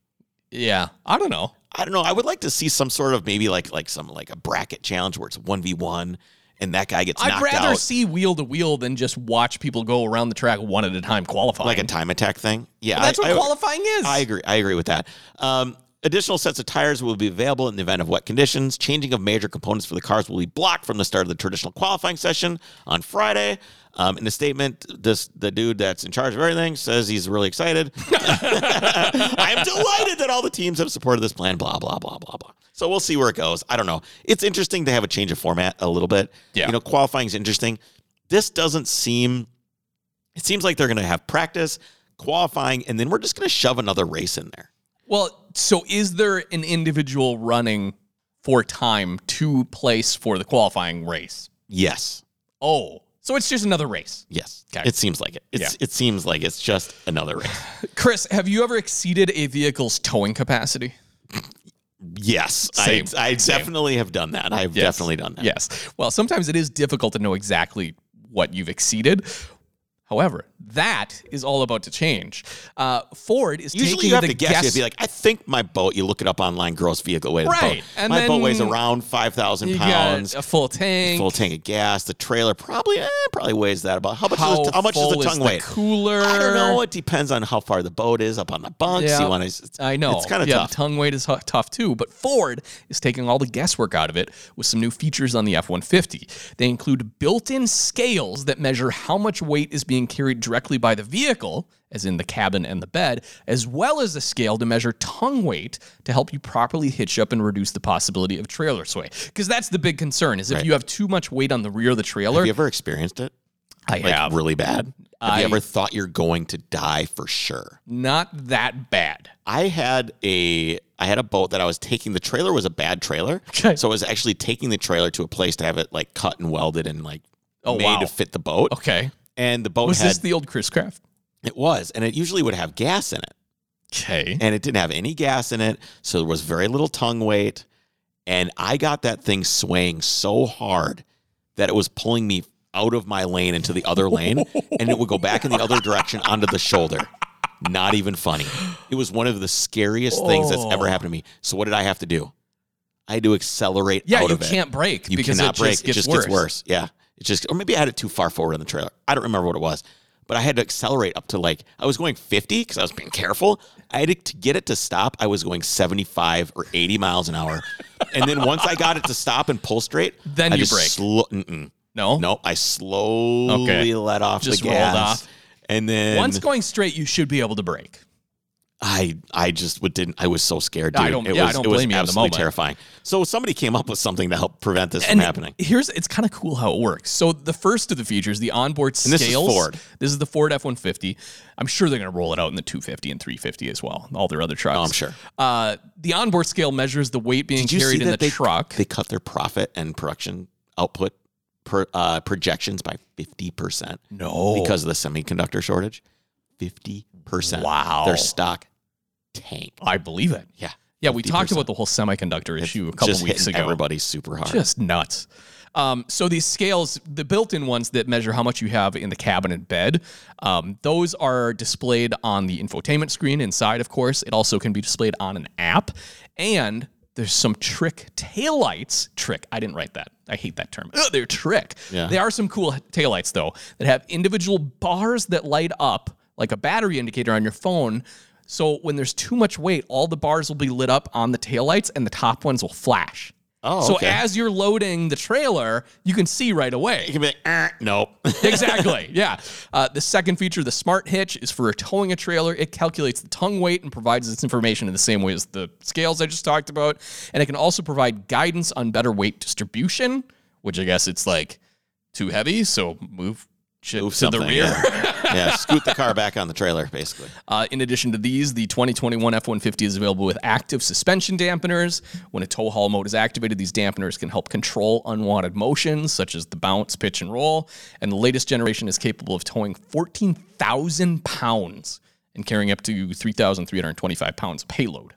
S2: Yeah. I don't know.
S1: I don't know. I would like to see some sort of maybe like like some like a bracket challenge where it's one v one, and that guy gets
S2: I'd
S1: knocked
S2: rather
S1: out,
S2: see wheel to wheel than just watch people go around the track one at a time qualifying.
S1: like a time attack thing. Yeah,
S2: That's
S1: I-
S2: what
S1: I-
S2: qualifying is.
S1: I agree. I agree with that. Um, additional sets of tires will be available in the event of wet conditions. Changing of major components for the cars will be blocked from the start of the traditional qualifying session on Friday. Um, in a statement, this the dude that's in charge of everything says he's really excited. I'm delighted that all the teams have supported this plan. Blah blah blah blah blah. So we'll see where it goes. I don't know. It's interesting to have a change of format a little bit.
S2: Yeah.
S1: You know, qualifying is interesting. This doesn't seem it seems like they're going to have practice, qualifying, and then we're just going to shove another race in there.
S2: Well, so is there an individual running for time to place for the qualifying race?
S1: Yes.
S2: Oh, so it's just another race.
S1: Yes.
S2: Okay.
S1: It seems like it. It's, It seems like it's just another race.
S2: Chris, have you ever exceeded a vehicle's towing capacity?
S1: Yes.
S2: Same.
S1: I, I definitely have done that. I've
S2: Yes.
S1: definitely done that.
S2: Yes. Well, sometimes it is difficult to know exactly what you've exceeded. However, that is all about to change. Uh, Ford is
S1: Usually
S2: taking
S1: you have
S2: the
S1: to guess.
S2: guess.
S1: You'd be like, I think my boat, you look it up online, gross vehicle weight of the
S2: Right.
S1: boat.
S2: And
S1: my boat
S2: then
S1: weighs around 5,000
S2: you got
S1: pounds.
S2: a full tank.
S1: Full tank of gas. The trailer probably eh, probably weighs that about. How much?
S2: How,
S1: does, how much does the
S2: full is
S1: tongue weigh?
S2: Cooler.
S1: I don't know. It depends on how far the boat is up on the bunks.
S2: Yeah.
S1: You want to?
S2: I know.
S1: It's kind of
S2: yeah,
S1: tough.
S2: The tongue weight is hu- tough too, but Ford is taking all the guesswork out of it with some new features on the F 150. They include built in scales that measure how much weight is being carried directly by the vehicle, as in the cabin and the bed, as well as a scale to measure tongue weight to help you properly hitch up and reduce the possibility of trailer sway. Because that's the big concern is if you have too much weight on the rear of the trailer,
S1: have you ever experienced it?
S2: I
S1: Like
S2: have
S1: really bad. Have
S2: I-
S1: you ever thought you're going to die for sure?
S2: not that bad.
S1: I had a I had a boat that I was taking. The trailer was a bad trailer,
S2: Okay.
S1: so I was actually taking the trailer to a place to have it like cut and welded and like
S2: Oh,
S1: made
S2: wow.
S1: to fit the boat.
S2: Okay.
S1: And the boat
S2: Was
S1: had
S2: this the old Chris Craft?
S1: it was, and it usually would have gas in it,
S2: Okay.
S1: and it didn't have any gas in it, so there was very little tongue weight, and I got that thing swaying so hard that it was pulling me out of my lane into the other lane, and it would go back in the other direction onto the shoulder. Not even funny. It was one of the scariest things that's
S2: Oh.
S1: ever happened to me. So what did I have to do? I had to accelerate
S2: Yeah,
S1: out
S2: you
S1: of it.
S2: can't brake
S1: You
S2: because
S1: cannot
S2: it
S1: brake.
S2: just
S1: it
S2: gets
S1: just
S2: worse.
S1: gets worse. Yeah. It just, or maybe I had it too far forward in the trailer. I don't remember what it was, but I had to accelerate up to like, I was going 50 because I was being careful. I had to, to get it to stop. I was going 75 or 80 miles an hour. and then once I got it to stop and pull straight,
S2: Then
S1: I
S2: you
S1: just
S2: brake.
S1: Slow, mm-mm.
S2: No.
S1: No, I slowly
S2: Okay.
S1: let off
S2: Just
S1: the
S2: rolled
S1: gas.
S2: off.
S1: And then
S2: Once going straight, you should be able to brake.
S1: I I just would didn't I was so scared, dude.
S2: I don't-
S1: it
S2: yeah, I
S1: was
S2: don't
S1: it was
S2: blame you in the
S1: absolutely
S2: moment.
S1: terrifying. So somebody came up with something to help prevent this from happening.
S2: Here's it's kind of cool how it works. So the first of the features, the onboard
S1: And
S2: scales.
S1: this is Ford.
S2: This is the Ford F-150. I'm sure they're going to roll it out in the 250 and 350 as well. All their other trucks.
S1: Oh, I'm sure.
S2: Uh, the onboard scale measures the weight being
S1: Did you
S2: carried
S1: see
S2: in the
S1: that they,
S2: truck.
S1: They cut their profit and production output per, uh, projections by fifty percent
S2: no.
S1: because of the semiconductor shortage. Fifty percent.
S2: Wow.
S1: Their stock tanked.
S2: I believe it.
S1: Yeah,
S2: Yeah, we talked about the whole semiconductor issue a couple
S1: just
S2: weeks
S1: hitting
S2: ago.
S1: Everybody super hard.
S2: Just nuts. Um, so these scales, the built-in ones that measure how much you have in the cabin and bed, um, those are displayed on the infotainment screen inside. Of course, it also can be displayed on an app, and there's some trick taillights. Trick. I didn't write that. I hate that term. Ugh, they're trick.
S1: Yeah.
S2: They are some cool taillights though that have individual bars that light up like a battery indicator on your phone. So when there's too much weight, all the bars will be lit up on the taillights, and the top ones will flash.
S1: Oh,
S2: so
S1: okay.
S2: as you're loading the trailer, you can see right
S1: you
S2: away.
S1: can be like, "Eh, nope.
S2: exactly. Yeah. Uh, the second feature, the smart hitch, is for towing a trailer. It calculates the tongue weight and provides this information in the same way as the scales I just talked about. And it can also provide guidance on better weight distribution, which I guess it's like too heavy, so move shit
S1: Move
S2: to the
S1: something,
S2: rear.
S1: Yeah. yeah, scoot the car back on the trailer, basically.
S2: Uh, in addition to these, the 2021 F 150 is available with active suspension dampeners. When a tow haul mode is activated, these dampeners can help control unwanted motions such as the bounce, pitch, and roll. And the latest generation is capable of towing 14,000 pounds and carrying up to 3,325 pounds of payload.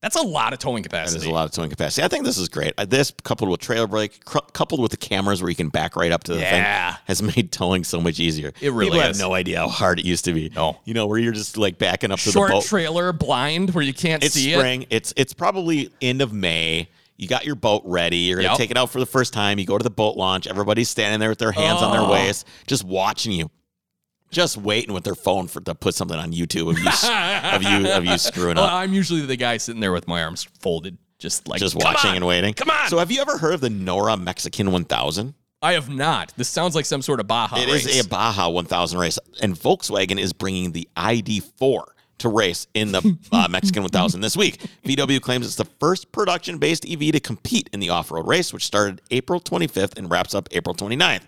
S2: That's a lot of towing
S1: That is
S2: capacity.
S1: a lot of towing capacity. I think this is great. Uh, This coupled with trailer brake, cou- coupled with the cameras where you can back right up to the
S2: Yeah.
S1: thing, has made towing so much easier.
S2: It really
S1: People
S2: is.
S1: have no idea how hard it used to be.
S2: No.
S1: you know where you're just like backing up to
S2: Short
S1: the boat.
S2: trailer, blind, where you can't
S1: it's
S2: see it.
S1: spring. It's it's probably end of May. You got your boat ready. You're gonna
S2: Yep.
S1: take it out for the first time. You go to the boat launch. Everybody's standing there with their hands on
S2: Oh.
S1: their waist, just watching you, just waiting with their phone for to put something on YouTube of you s- of you of you screwing
S2: Well,
S1: up.
S2: Uh, I'm usually the guy sitting there with my arms folded, just like
S1: just
S2: "Come
S1: watching
S2: on!"
S1: and waiting.
S2: Come on.
S1: So, have you ever heard of the Nora Mexican 1000?
S2: I have not. This sounds like some sort of Baja.
S1: It
S2: race.
S1: is a Baja 1000 race, and Volkswagen is bringing the ID4 to race in the uh, Mexican 1000 this week. VW claims it's the first production based EV to compete in the off road race, which started April 25th and wraps up April 29th.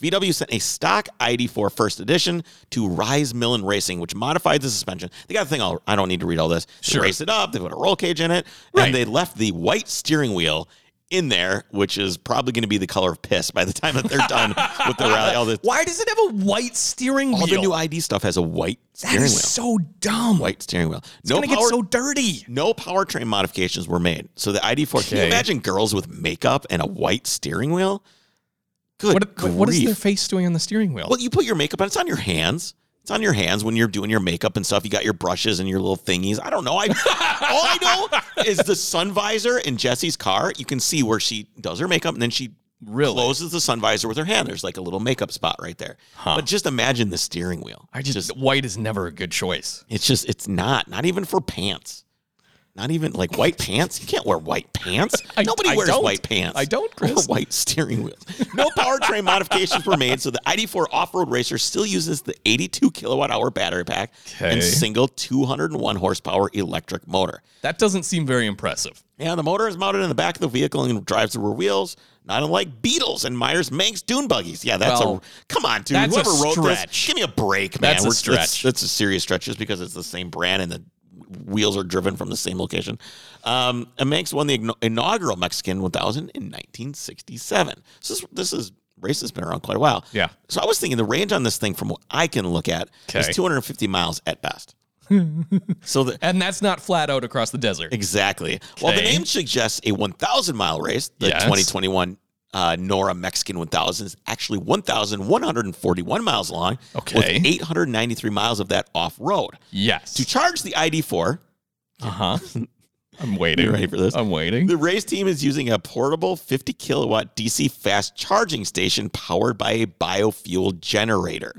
S1: VW sent a stock ID4 first edition to Rise Millen Racing, which modified the suspension. They got a thing, all, I don't need to read all this. They
S2: Sure.
S1: raced it up, they put a roll cage in it,
S2: Right.
S1: and they left the white steering wheel in there, which is probably going to be the color of piss by the time that they're done with the rally. All the
S2: Why does it have a white steering
S1: all
S2: wheel?
S1: the new ID stuff has a white
S2: that
S1: steering wheel.
S2: is so dumb.
S1: white steering wheel.
S2: It's gonna get so dirty.
S1: no powertrain modifications were made. So the ID4, can you
S2: Okay.
S1: imagine girls with makeup and a white steering wheel? Good
S2: What, but what is
S1: grief.
S2: their face doing on the steering wheel?
S1: Well, you put your makeup on. It's on your hands. It's on your hands when you're doing your makeup and stuff. You got your brushes and your little thingies. I don't know. I, all I know is the sun visor in Jesse's car. You can see where she does her makeup and then she
S2: Really?
S1: closes the sun visor with her hand. There's like a little makeup spot right there. But just imagine the steering wheel.
S2: I just, white is never a good choice.
S1: It's just, it's not, not even for pants. Not even like white pants. You can't wear white pants.
S2: I-
S1: Nobody
S2: I
S1: wears
S2: don't.
S1: white pants.
S2: I don't,
S1: Or
S2: Chris.
S1: white steering wheels. No powertrain modifications were made, so the ID4 off-road racer still uses the 82 kilowatt hour battery pack
S2: Okay.
S1: and single 201 horsepower electric motor.
S2: That doesn't seem very impressive.
S1: Yeah, the motor is mounted in the back of the vehicle and drives the rear wheels, not unlike Beetles and Myers Manx dune buggies. Yeah, that's
S2: Well,
S1: a come on, dude.
S2: that's a
S1: Whoever wrote
S2: stretch.
S1: this, give me a break, man.
S2: That's a
S1: We're-
S2: stretch.
S1: That's, a serious stretch, just because it's the same brand and the wheels are driven from the same location. Um, and Manx won the igno- inaugural Mexican 1000 in 1967. So this, this is race has been around quite a while.
S2: Yeah.
S1: So I was thinking the range on this thing, from what I can look at,
S2: Okay.
S1: is 250 miles at best. so the,
S2: And that's not flat out across the desert.
S1: Exactly. Well, the
S2: Okay.
S1: name suggests a 1,000 mile race. The
S2: Yes.
S1: 2021 uh, Nora Mexican 1000 is actually 1,141 miles long,
S2: Okay.
S1: with 893 miles of that off road.
S2: Yes.
S1: To charge the ID4,
S2: Uh huh. I'm waiting.
S1: ready for this?
S2: I'm waiting.
S1: the race team is using a portable 50 kilowatt DC fast charging station powered by a biofuel generator.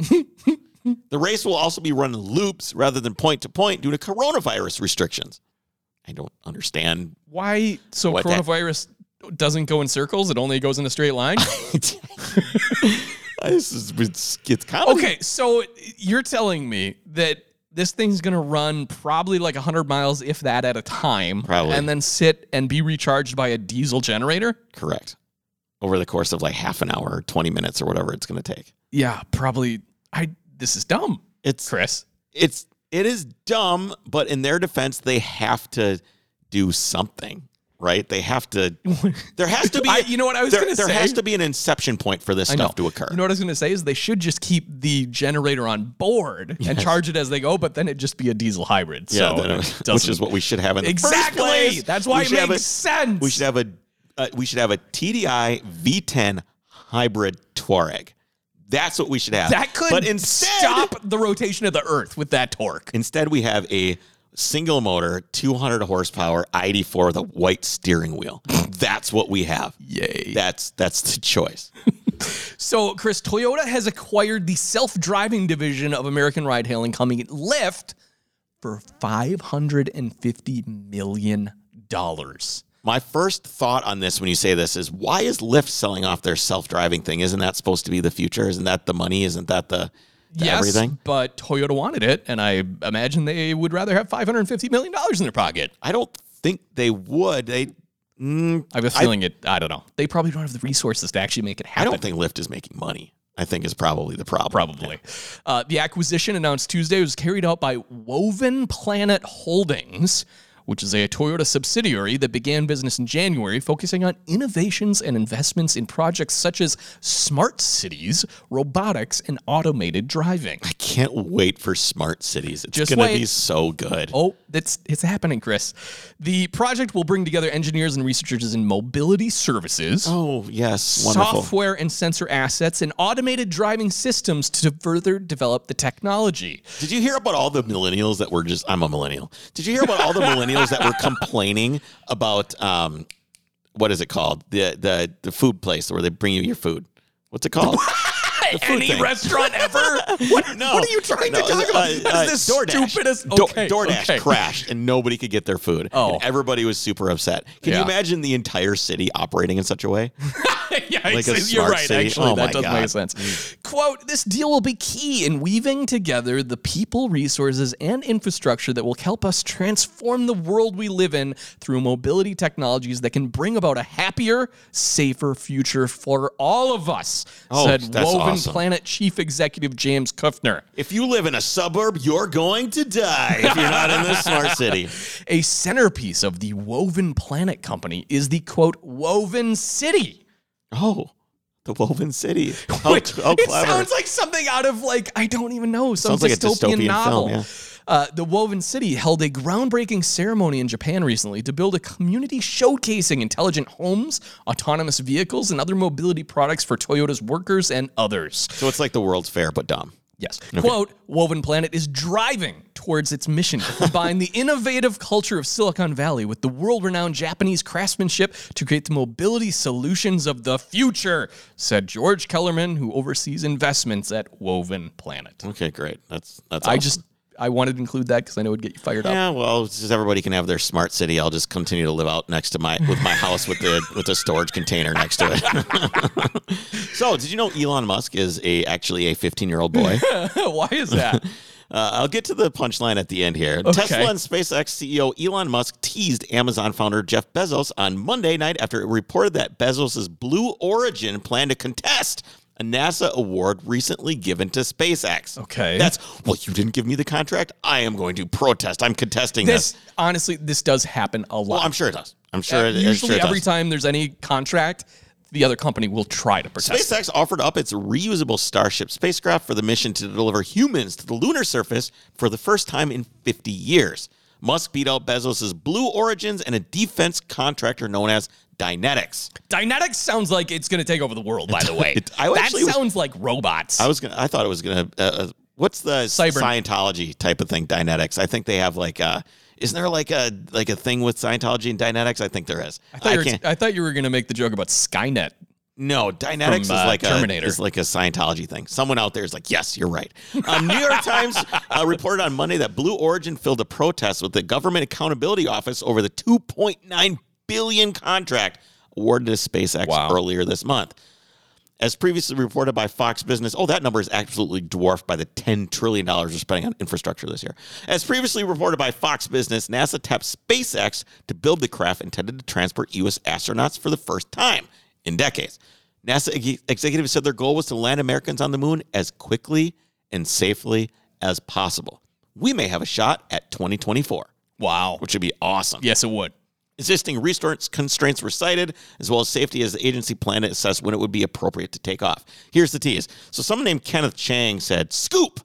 S1: the race will also be run in loops rather than point to point due to coronavirus restrictions. I don't understand
S2: Why? So
S1: What that-
S2: coronavirus doesn't go in circles; it only goes in a straight line.
S1: this is it's, it's comedy.
S2: okay, so you're telling me that this thing's gonna run probably like 100 miles, if that, at a time,
S1: Probably.
S2: and then sit and be recharged by a diesel generator?
S1: correct. Over the course of like half an hour, or twenty minutes, or whatever it's going to take.
S2: Yeah, probably. I. This is dumb,
S1: It's
S2: Chris.
S1: it's it is dumb, but in their defense, they have to do something, right? They have to. There has to be.
S2: I- you know what I was
S1: there,
S2: gonna
S1: There
S2: say?
S1: has to be an inception point for this
S2: I know.
S1: stuff to occur.
S2: You know what I was going to say is they should just keep the generator on board and charge it as they go, but then it'd just be a diesel hybrid.
S1: yeah,
S2: so
S1: then-
S2: it
S1: which
S2: doesn't-
S1: is what we should have in the first
S2: exactly.
S1: place.
S2: That's
S1: We
S2: why it
S1: should have
S2: makes
S1: a-
S2: sense.
S1: We should have a uh, we should have a TDI V10 hybrid Touareg. That's what we should have.
S2: that could
S1: but instead,
S2: stop the rotation of the Earth with that torque.
S1: Instead, we have a single motor, 200 horsepower ID4 with a white steering wheel. That's what we have.
S2: Yay.
S1: That's that's the choice.
S2: So, Chris, Toyota has acquired the self-driving division of American ride-hailing company Lyft for 550 million dollars.
S1: My first thought on this when you say this is why is Lyft selling off their self-driving thing? Isn't that supposed to be the future? Isn't that the money? Isn't that the, the
S2: Yes,
S1: everything?
S2: but Toyota wanted it, and I imagine they would rather have 550 million dollars in their pocket.
S1: I don't think they would. They mm,
S2: I have a feeling it. I don't know. They probably don't have the resources to actually make it
S1: I
S2: happen.
S1: don't think Lyft is making money. I think is probably the problem.
S2: probably. Uh, the acquisition announced Tuesday was carried out by Woven Planet Holdings, which is a Toyota subsidiary that began business in January, focusing on innovations and investments in projects such as smart cities, robotics, and automated driving.
S1: I can't wait for smart cities. It's
S2: Just
S1: gonna
S2: wait.
S1: be so good.
S2: Oh, that's it's happening, Chris. The project will bring together engineers and researchers in mobility services.
S1: Oh, yes, wonderful.
S2: software and sensor assets and automated driving systems to further develop the technology.
S1: Did you hear about all the millennials that were just? I'm a millennial. Did you hear about all the millennials that were complaining about um, what is it called? The the the food place where they bring you your food. What's it called?
S2: Any
S1: thing.
S2: restaurant ever? what,
S1: No,
S2: what are you trying
S1: no,
S2: to talk about?
S1: uh,
S2: that
S1: uh,
S2: is the
S1: DoorDash.
S2: stupidest.
S1: Do-
S2: Okay,
S1: DoorDash
S2: okay.
S1: crashed and nobody could get their food.
S2: Oh.
S1: And everybody was super upset. Can
S2: Yeah.
S1: you imagine the entire city operating in such a way?
S2: yeah,
S1: Like a
S2: it's- you're
S1: smart
S2: right.
S1: city.
S2: Actually,
S1: Oh
S2: that
S1: my
S2: does
S1: God.
S2: make sense. Quote: This deal will be key in weaving together the people, resources, and infrastructure that will help us transform the world we live in through mobility technologies that can bring about a happier, safer future for all of us,"
S1: Oh,
S2: said
S1: that's
S2: Woven
S1: awesome.
S2: Planet Chief Executive James Kufner.
S1: If you live in a suburb, you're going to die if you're not in this smart city.
S2: A centerpiece of the Woven Planet Company is the quote Woven City.
S1: Oh, the Woven City. How,
S2: Which-
S1: how
S2: it
S1: clever.
S2: sounds like something out of like I don't even know some
S1: Sounds like a
S2: dystopian,
S1: dystopian film,
S2: novel.
S1: yeah.
S2: Uh, the Woven City held a groundbreaking ceremony in Japan recently to build a community showcasing intelligent homes, autonomous vehicles, and other mobility products for Toyota's workers and others.
S1: so it's like the World's Fair, but dumb.
S2: Yes. Quote Woven Planet is driving towards its mission to combine the innovative culture of Silicon Valley with the world renowned Japanese craftsmanship to create the mobility solutions of the future, said George Kellerman, who oversees investments at Woven Planet.
S1: Okay, great. That's that's.
S2: I
S1: awesome.
S2: just, I wanted to include that because I know it would get you fired up.
S1: Yeah, well, since everybody can have their smart city, I'll just continue to live out next to my with my house with the with the storage container next to it. so, did you know Elon Musk is a actually a 15 year old boy?
S2: Why is that?
S1: Uh, I'll get to the punchline at the end here. Tesla and SpaceX CEO Elon Musk teased Amazon founder Jeff Bezos on Monday night after it reported that Bezos' Blue Origin planned to contest a NASA award recently given to SpaceX.
S2: Okay.
S1: That's, well, you didn't give me the contract. I am going to protest. I'm contesting this.
S2: this, honestly, this does happen a lot.
S1: Well, I'm sure it does. I'm sure it, I'm sure
S2: Usually,
S1: it does.
S2: every time there's any contract, the other company will try to protest. it.
S1: SpaceX offered up its reusable Starship spacecraft for the mission to deliver humans to the lunar surface for the first time in 50 years. Musk beat out Bezos' Blue Origins and a defense contractor known as Dynetics.
S2: Dynetics sounds like it's going to take over the world. By the way,
S1: It- I
S2: that
S1: actually was-
S2: sounds like robots.
S1: I was gonna, I thought it was gonna. Uh, uh, what's the
S2: Cyber-
S1: Scientology type of thing? Dynetics. I think they have like a. Isn't there like a like a thing with Scientology and Dynetics? I think there is.
S2: I thought, you were, I thought you were going to make the joke about Skynet.
S1: No, Dynetics is
S2: From, uh,
S1: like
S2: Terminator.
S1: a is like a Scientology thing. Someone out there is like, yes, you're right. Um, New York Times uh, reported on Monday that Blue Origin filled a protest with the Government Accountability Office over the 2.9 billion contract awarded to SpaceX
S2: Wow.
S1: earlier this month. As previously reported by Fox Business, oh, that number is absolutely dwarfed by the $10 trillion we're spending on infrastructure this year. As previously reported by Fox Business, NASA tapped SpaceX to build the craft intended to transport U.S. astronauts for the first time in decades. NASA ex- executives said their goal was to land Americans on the moon as quickly and safely as possible. We may have a shot at 2024,
S2: Wow.
S1: which would be awesome.
S2: Yes, it would.
S1: Existing resource constraints were cited, as well as safety as the agency planned to assess when it would be appropriate to take off. Here's the tease. So someone named Kenneth Chang said, Scoop!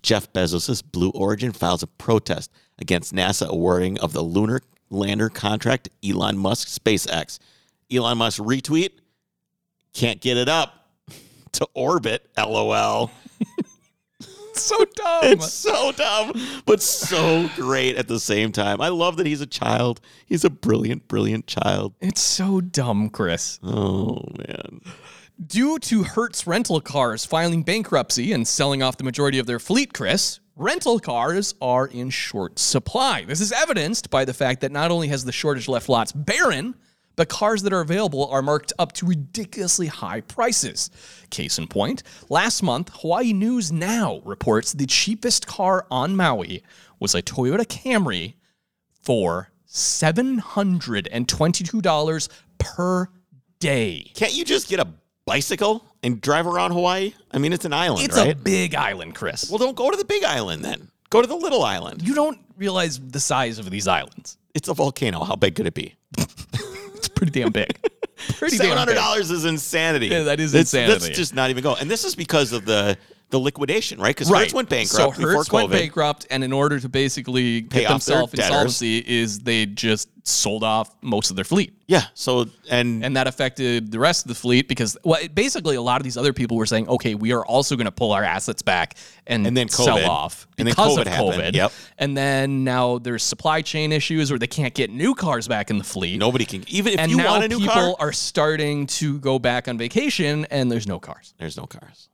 S1: Jeff Bezos' Blue Origin files a protest against NASA awarding of the lunar lander contract to Elon Musk SpaceX. Elon Musk retweet, can't get it up to orbit, lol.
S2: So dumb.
S1: It's so dumb, but so great at the same time. I love that he's a child. He's a brilliant, brilliant child.
S2: it's so dumb, Chris.
S1: Oh man.
S2: Due to Hertz rental cars filing bankruptcy and selling off the majority of their fleet, Chris, rental cars are in short supply. This is evidenced by the fact that not only has the shortage left lots barren, but cars that are available are marked up to ridiculously high prices. Case in point, last month, Hawaii News Now reports the cheapest car on Maui was a Toyota Camry for $722 per day.
S1: Can't you just get a bicycle and drive around Hawaii? I mean, it's an island,
S2: It's
S1: right?
S2: a big island, Chris.
S1: well, don't go to the big island then. Go to the little island.
S2: you don't realize the size of these islands.
S1: It's a volcano. How big could it be?
S2: It's pretty damn big. pretty
S1: Seven
S2: damn
S1: hundred
S2: big.
S1: dollars is insanity.
S2: Yeah, that is
S1: That's-
S2: insanity.
S1: That's just not even go. And this is because of the the liquidation, right? Because Hertz went bankrupt
S2: So
S1: before
S2: Hertz
S1: COVID.
S2: went bankrupt, and in order to basically
S1: Pay
S2: get
S1: off their
S2: themselves
S1: debtors.
S2: insolvency, is they just sold off most of their fleet,
S1: yeah. So and,
S2: and that affected the rest of the fleet because, well, it- basically, a lot of these other people were saying, "Okay, we are also going to pull our assets back and,
S1: And then COVID.
S2: sell off
S1: And then
S2: because
S1: COVID
S2: of
S1: happened.
S2: COVID."
S1: Yep.
S2: And then now there's supply chain issues, or they can't get new cars back in the fleet.
S1: nobody can even if
S2: and
S1: you
S2: now
S1: want a new car.
S2: people are starting to go back on vacation and there's no cars.
S1: there's no cars.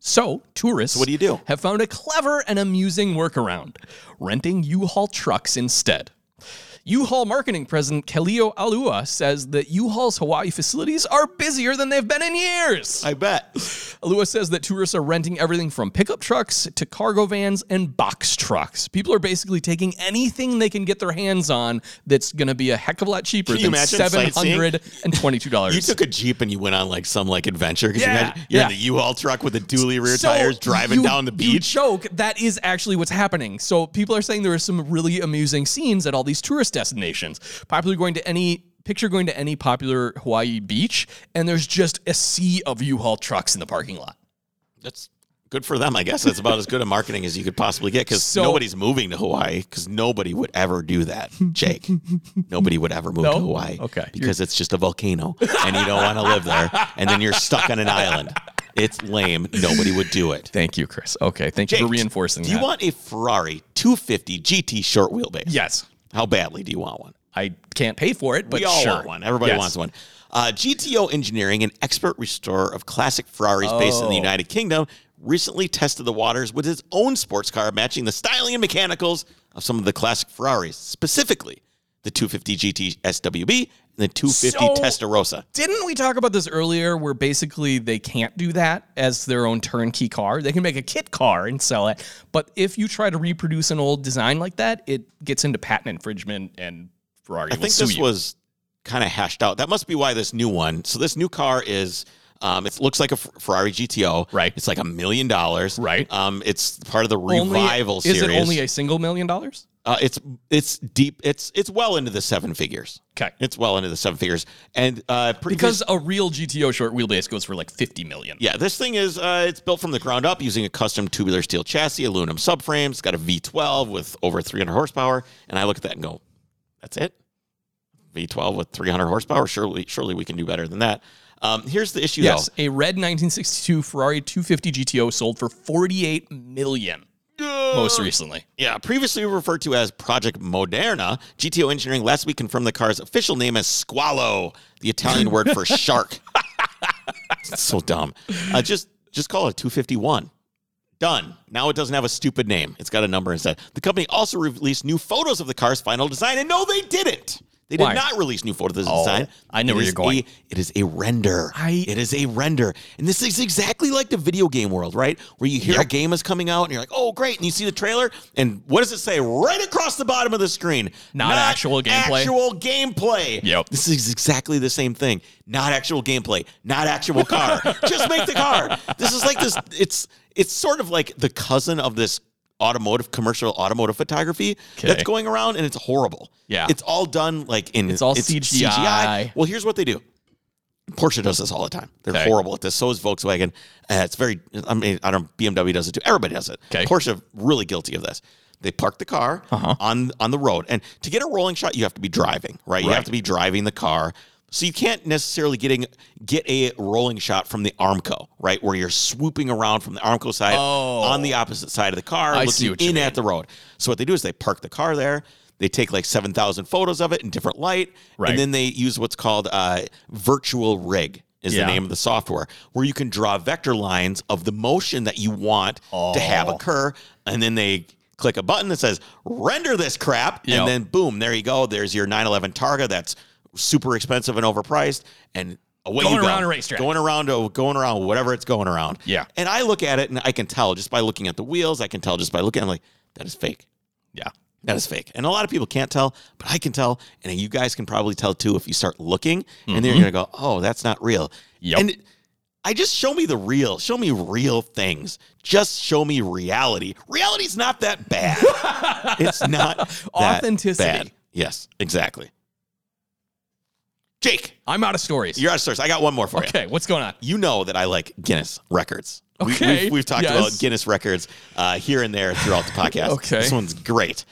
S2: So tourists
S1: what do you do?
S2: have found a clever and amusing workaround renting U-Haul trucks instead. U-Haul marketing president Kaleo Alua says that U-Haul's Hawaii facilities are busier than they've been in years.
S1: I bet.
S2: Alua says that tourists are renting everything from pickup trucks to cargo vans and box trucks. People are basically taking anything they can get their hands on that's going to be a heck of a lot cheaper
S1: Can you
S2: than
S1: imagine
S2: seven hundred and twenty-two dollars.
S1: You took a jeep and you went on like some like adventure. 'cause
S2: Yeah,
S1: you imagine- you're
S2: yeah.
S1: in the U-Haul truck with the dually rear
S2: So
S1: tires driving
S2: you-
S1: down the beach.
S2: You joke. That is actually what's happening. So people are saying there are some really amusing scenes at all these tourist destinations. Popular going to any picture going to any popular Hawaii beach, and there's just a sea of U-Haul trucks in the parking lot.
S1: That's good for them, I guess. That's about as good a marketing as you could possibly get because
S2: So-
S1: nobody's moving to Hawaii because nobody would ever do that, Jake. nobody would ever move
S2: No?
S1: to Hawaii.
S2: Okay.
S1: Because it's just a volcano and you don't want to live there. And then you're stuck on an island. It's lame. Nobody would do it.
S2: Thank you, Chris. Okay, thank you
S1: Jake,
S2: for reinforcing
S1: Do
S2: that.
S1: you want a Ferrari 250 GT short wheelbase?
S2: Yes,
S1: How badly do you want one?
S2: I can't pay for it, but
S1: we all
S2: sure.
S1: want one. Everybody
S2: Yes.
S1: wants one. Uh, GTO Engineering, an expert restorer of classic Ferraris based
S2: Oh.
S1: in the United Kingdom, recently tested the waters with its own sports car, matching the styling and mechanicals of some of the classic Ferraris, specifically the 250 GT SWB and the 250
S2: So-
S1: Testarossa.
S2: Didn't we talk about this earlier where basically they can't do that as their own turnkey car? They can make a kit car and sell it. But if you try to reproduce an old design like that, it gets into patent infringement and Ferrari
S1: I think this was kind of hashed out. That must be why this new one. So this new car is. Um, it looks like a F- Ferrari GTO.
S2: Right.
S1: It's like a million dollars.
S2: Right.
S1: Um, it's part of the revival
S2: Is
S1: series.
S2: it only a single million dollars?
S1: Uh, it's it's deep. It's it's well into the seven figures.
S2: Okay.
S1: It's well into the seven figures, and uh, pretty
S2: Because a real GTO short wheelbase goes for like 50 million.
S1: yeah, this thing is uh, it's built from the ground up using a custom tubular steel chassis, aluminum subframe. It's got a V12 with over 300 horsepower, and I look at that and go, "That's it." V12 with 300 horsepower. Surely, surely we can do better than that. Um, here's the issue,
S2: Yes,
S1: though.
S2: a red 1962 Ferrari 250 GTO sold for 48 million most recently.
S1: Yeah, previously referred to as Project Moderna, GTO Engineering last week confirmed the car's official name as Squalo, the Italian word for shark. so dumb. Uh, just just call it 251. Done. Now it doesn't have a stupid name. It's got a number instead. The company also released new photos of the car's final design, and no, they didn't. They did
S2: Why? Oh,
S1: not release new photos of the design.
S2: I know
S1: It
S2: where
S1: is
S2: you're going.
S1: a- it is a render.
S2: I-
S1: it is a render. And this is exactly like the video game world, right? Where you hear a game is coming out and you're like, oh, great. And you see the trailer. And what does it say right across the bottom of the screen?
S2: Not actual gameplay.
S1: Actual gameplay.
S2: Yep.
S1: This is exactly the same thing. Not actual gameplay. Not actual car. Just make the car. This is like this. It's it's sort of like the cousin of this automotive commercial automotive photography that's going around and it's horrible.
S2: Yeah.
S1: It's all done like in
S2: It's all CGI.
S1: Well, here's what they do. Porsche does this all the time. They're
S2: Okay.
S1: horrible at this. So is Volkswagen. Uh, it's very. I mean, I don't. BMW does it too. Everybody does it.
S2: Okay. Uh-huh.
S1: Porsche really guilty of this. They park the car on on the road, and to get a rolling shot, you have to be driving, right? You have to be driving the car, so you can't necessarily getting get a rolling shot from the Armco, right, where you're swooping around from the Armco side on the opposite side of the car,
S2: Oh. I
S1: looking
S2: see what you
S1: in at the road. So what they do is they park the car there. They take like seven thousand photos of it in different light,
S2: Right.
S1: and then they use what's called uh, virtual rig is
S2: Yeah.
S1: the name of the software, where you can draw vector lines of the motion that you want to have
S2: Oh.
S1: occur, and then they click a button that says render this crap,
S2: Yep.
S1: and then boom, there you go. There's your 911 Targa that's super expensive and overpriced, and away
S2: Going
S1: you go.
S2: around a racetrack.
S1: Going around, oh, going around, whatever it's going around.
S2: Yeah.
S1: And I look at it and I can tell just by looking at the wheels. I can tell just by looking. I'm like, that is fake.
S2: Yeah.
S1: That is fake. And a lot of people can't tell, but I can tell. And you guys can probably tell too if you start looking. And then you're going to go, oh, that's not real.
S2: Mm-hmm. Yep.
S1: And I just show me the real. Show me real things. Just show me reality. Reality's not that bad. it's not that
S2: Authenticity.
S1: bad. Yes, exactly. Jake,
S2: I'm out of stories.
S1: you're out of source. I got one more for you
S2: okay, what's going on?
S1: you know that I like Guinness records. We-
S2: Okay.
S1: We've, we've talked
S2: Yes.
S1: about Guinness records uh, here and there throughout the podcast.
S2: Okay.
S1: This one's great.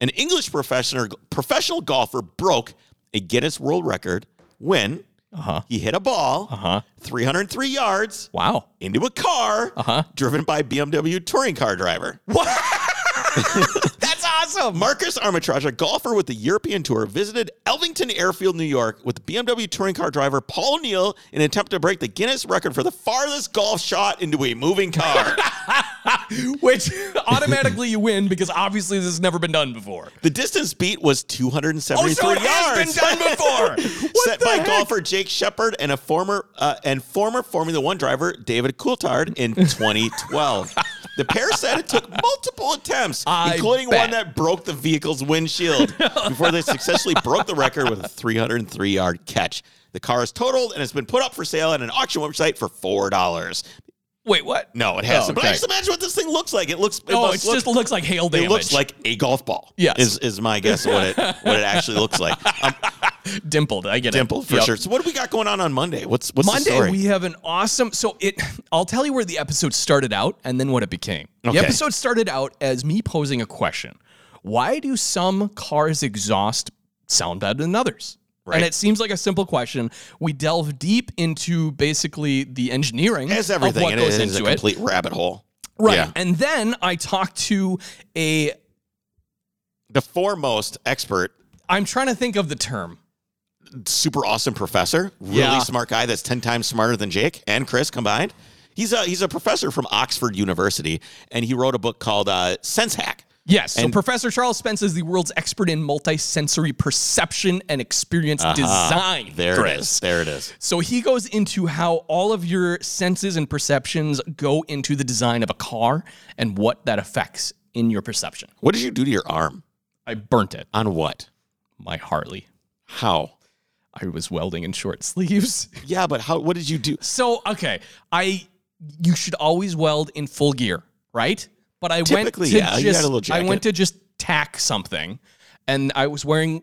S1: An English professional, professional golfer broke a Guinness World Record when
S2: Uh-huh.
S1: he hit a ball 303 yards
S2: Wow.
S1: into a
S2: Uh-huh.
S1: car driven by BMW touring car driver.
S2: That's awesome.
S1: Marcus Armitage, a golfer with the European Tour, visited Elvington Airfield, New York, with BMW touring car driver Paul Neal in an attempt to break the Guinness record for the farthest golf shot into a moving car.
S2: Which automatically you win because obviously this has never been done before.
S1: the distance beat was 273
S2: Oh, so it
S1: yards.
S2: has been done before.
S1: set by golfer Jake Shepard and a former uh, and former Formula One driver David Coulthard in 2012. the pair said it took multiple attempts,
S2: I
S1: including
S2: bet.
S1: one that broke the vehicle's windshield, before they successfully broke the record with a 303 yard catch. The car is totaled and it's been put up for sale at an auction website for four dollars.
S2: Wait, what?
S1: No, it hasn't. But
S2: okay.
S1: I just imagine what this thing looks like. It looks. It
S2: Oh,
S1: must
S2: it
S1: look-
S2: just looks like hail damage.
S1: It looks like a golf ball.
S2: Yes.
S1: is, is my guess of what it what it actually looks like. Um,
S2: dimpled. I get
S1: Dimple
S2: it.
S1: for
S2: Yep.
S1: sure. So what do we got going on on Monday? What's what's the
S2: Monday
S1: story?
S2: we have an awesome. So it, I'll tell you where the episode started out and then what it became.
S1: Okay.
S2: The episode started out as me posing a question: Why do some cars' exhaust sound better than others?
S1: Right.
S2: And it seems like a simple question. We delve deep into basically the engineering
S1: As everything,
S2: of what
S1: it
S2: goes
S1: is a
S2: into it.
S1: complete rabbit hole.
S2: Right.
S1: Yeah.
S2: And then I talked to a.
S1: The foremost expert,
S2: I'm trying to think of the term.
S1: super awesome professor, really
S2: Yeah.
S1: smart guy that's ten times smarter than Jake and Chris combined. He's a he's a professor from Oxford University, and he wrote a book called uh, Sense Hack.
S2: Yes. So
S1: And-
S2: Professor Charles Spence is the world's expert in multisensory perception and experience design.
S1: There
S2: Chris.
S1: it is. There it is.
S2: So he goes into how all of your senses and perceptions go into the design of a car and what that affects in your perception.
S1: What did you do to your arm?
S2: I burnt it.
S1: On what?
S2: My Harley.
S1: How?
S2: I was welding in short sleeves.
S1: Yeah, but how? What did you do?
S2: So okay, I you should always weld in full gear, right? But I
S1: Typically,
S2: went to
S1: yeah, you
S2: just
S1: had a little
S2: I went to just tack something, and I was wearing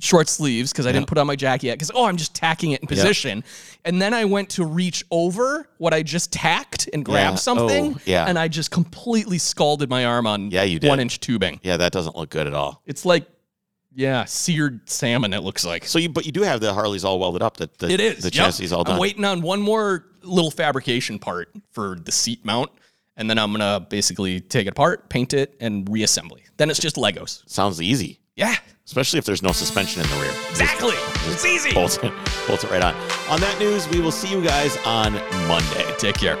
S2: short sleeves because I didn't put on my jacket yet. Because oh, I'm just tacking it in position, and then I went to reach over what I just tacked and grab
S1: Yeah,
S2: something,
S1: oh, yeah.
S2: and I just completely scalded my arm on
S1: Yeah, you did.
S2: one inch tubing.
S1: Yeah, that doesn't look good at all.
S2: It's like yeah, seared salmon. It looks like
S1: So you, but you do have the Harleys all welded up. The, the
S2: it is.
S1: the
S2: yep.
S1: chassis is all done.
S2: I'm waiting on one more little fabrication part for the seat mount, and then I'm gonna basically take it apart, paint it, and reassembly. Then it's just Legos.
S1: Sounds easy,
S2: Yeah,
S1: especially if there's no suspension in the rear.
S2: exactly. It's easy.
S1: bolts it, bolts it right on. On that news, we will see you guys on Monday.
S2: Take care.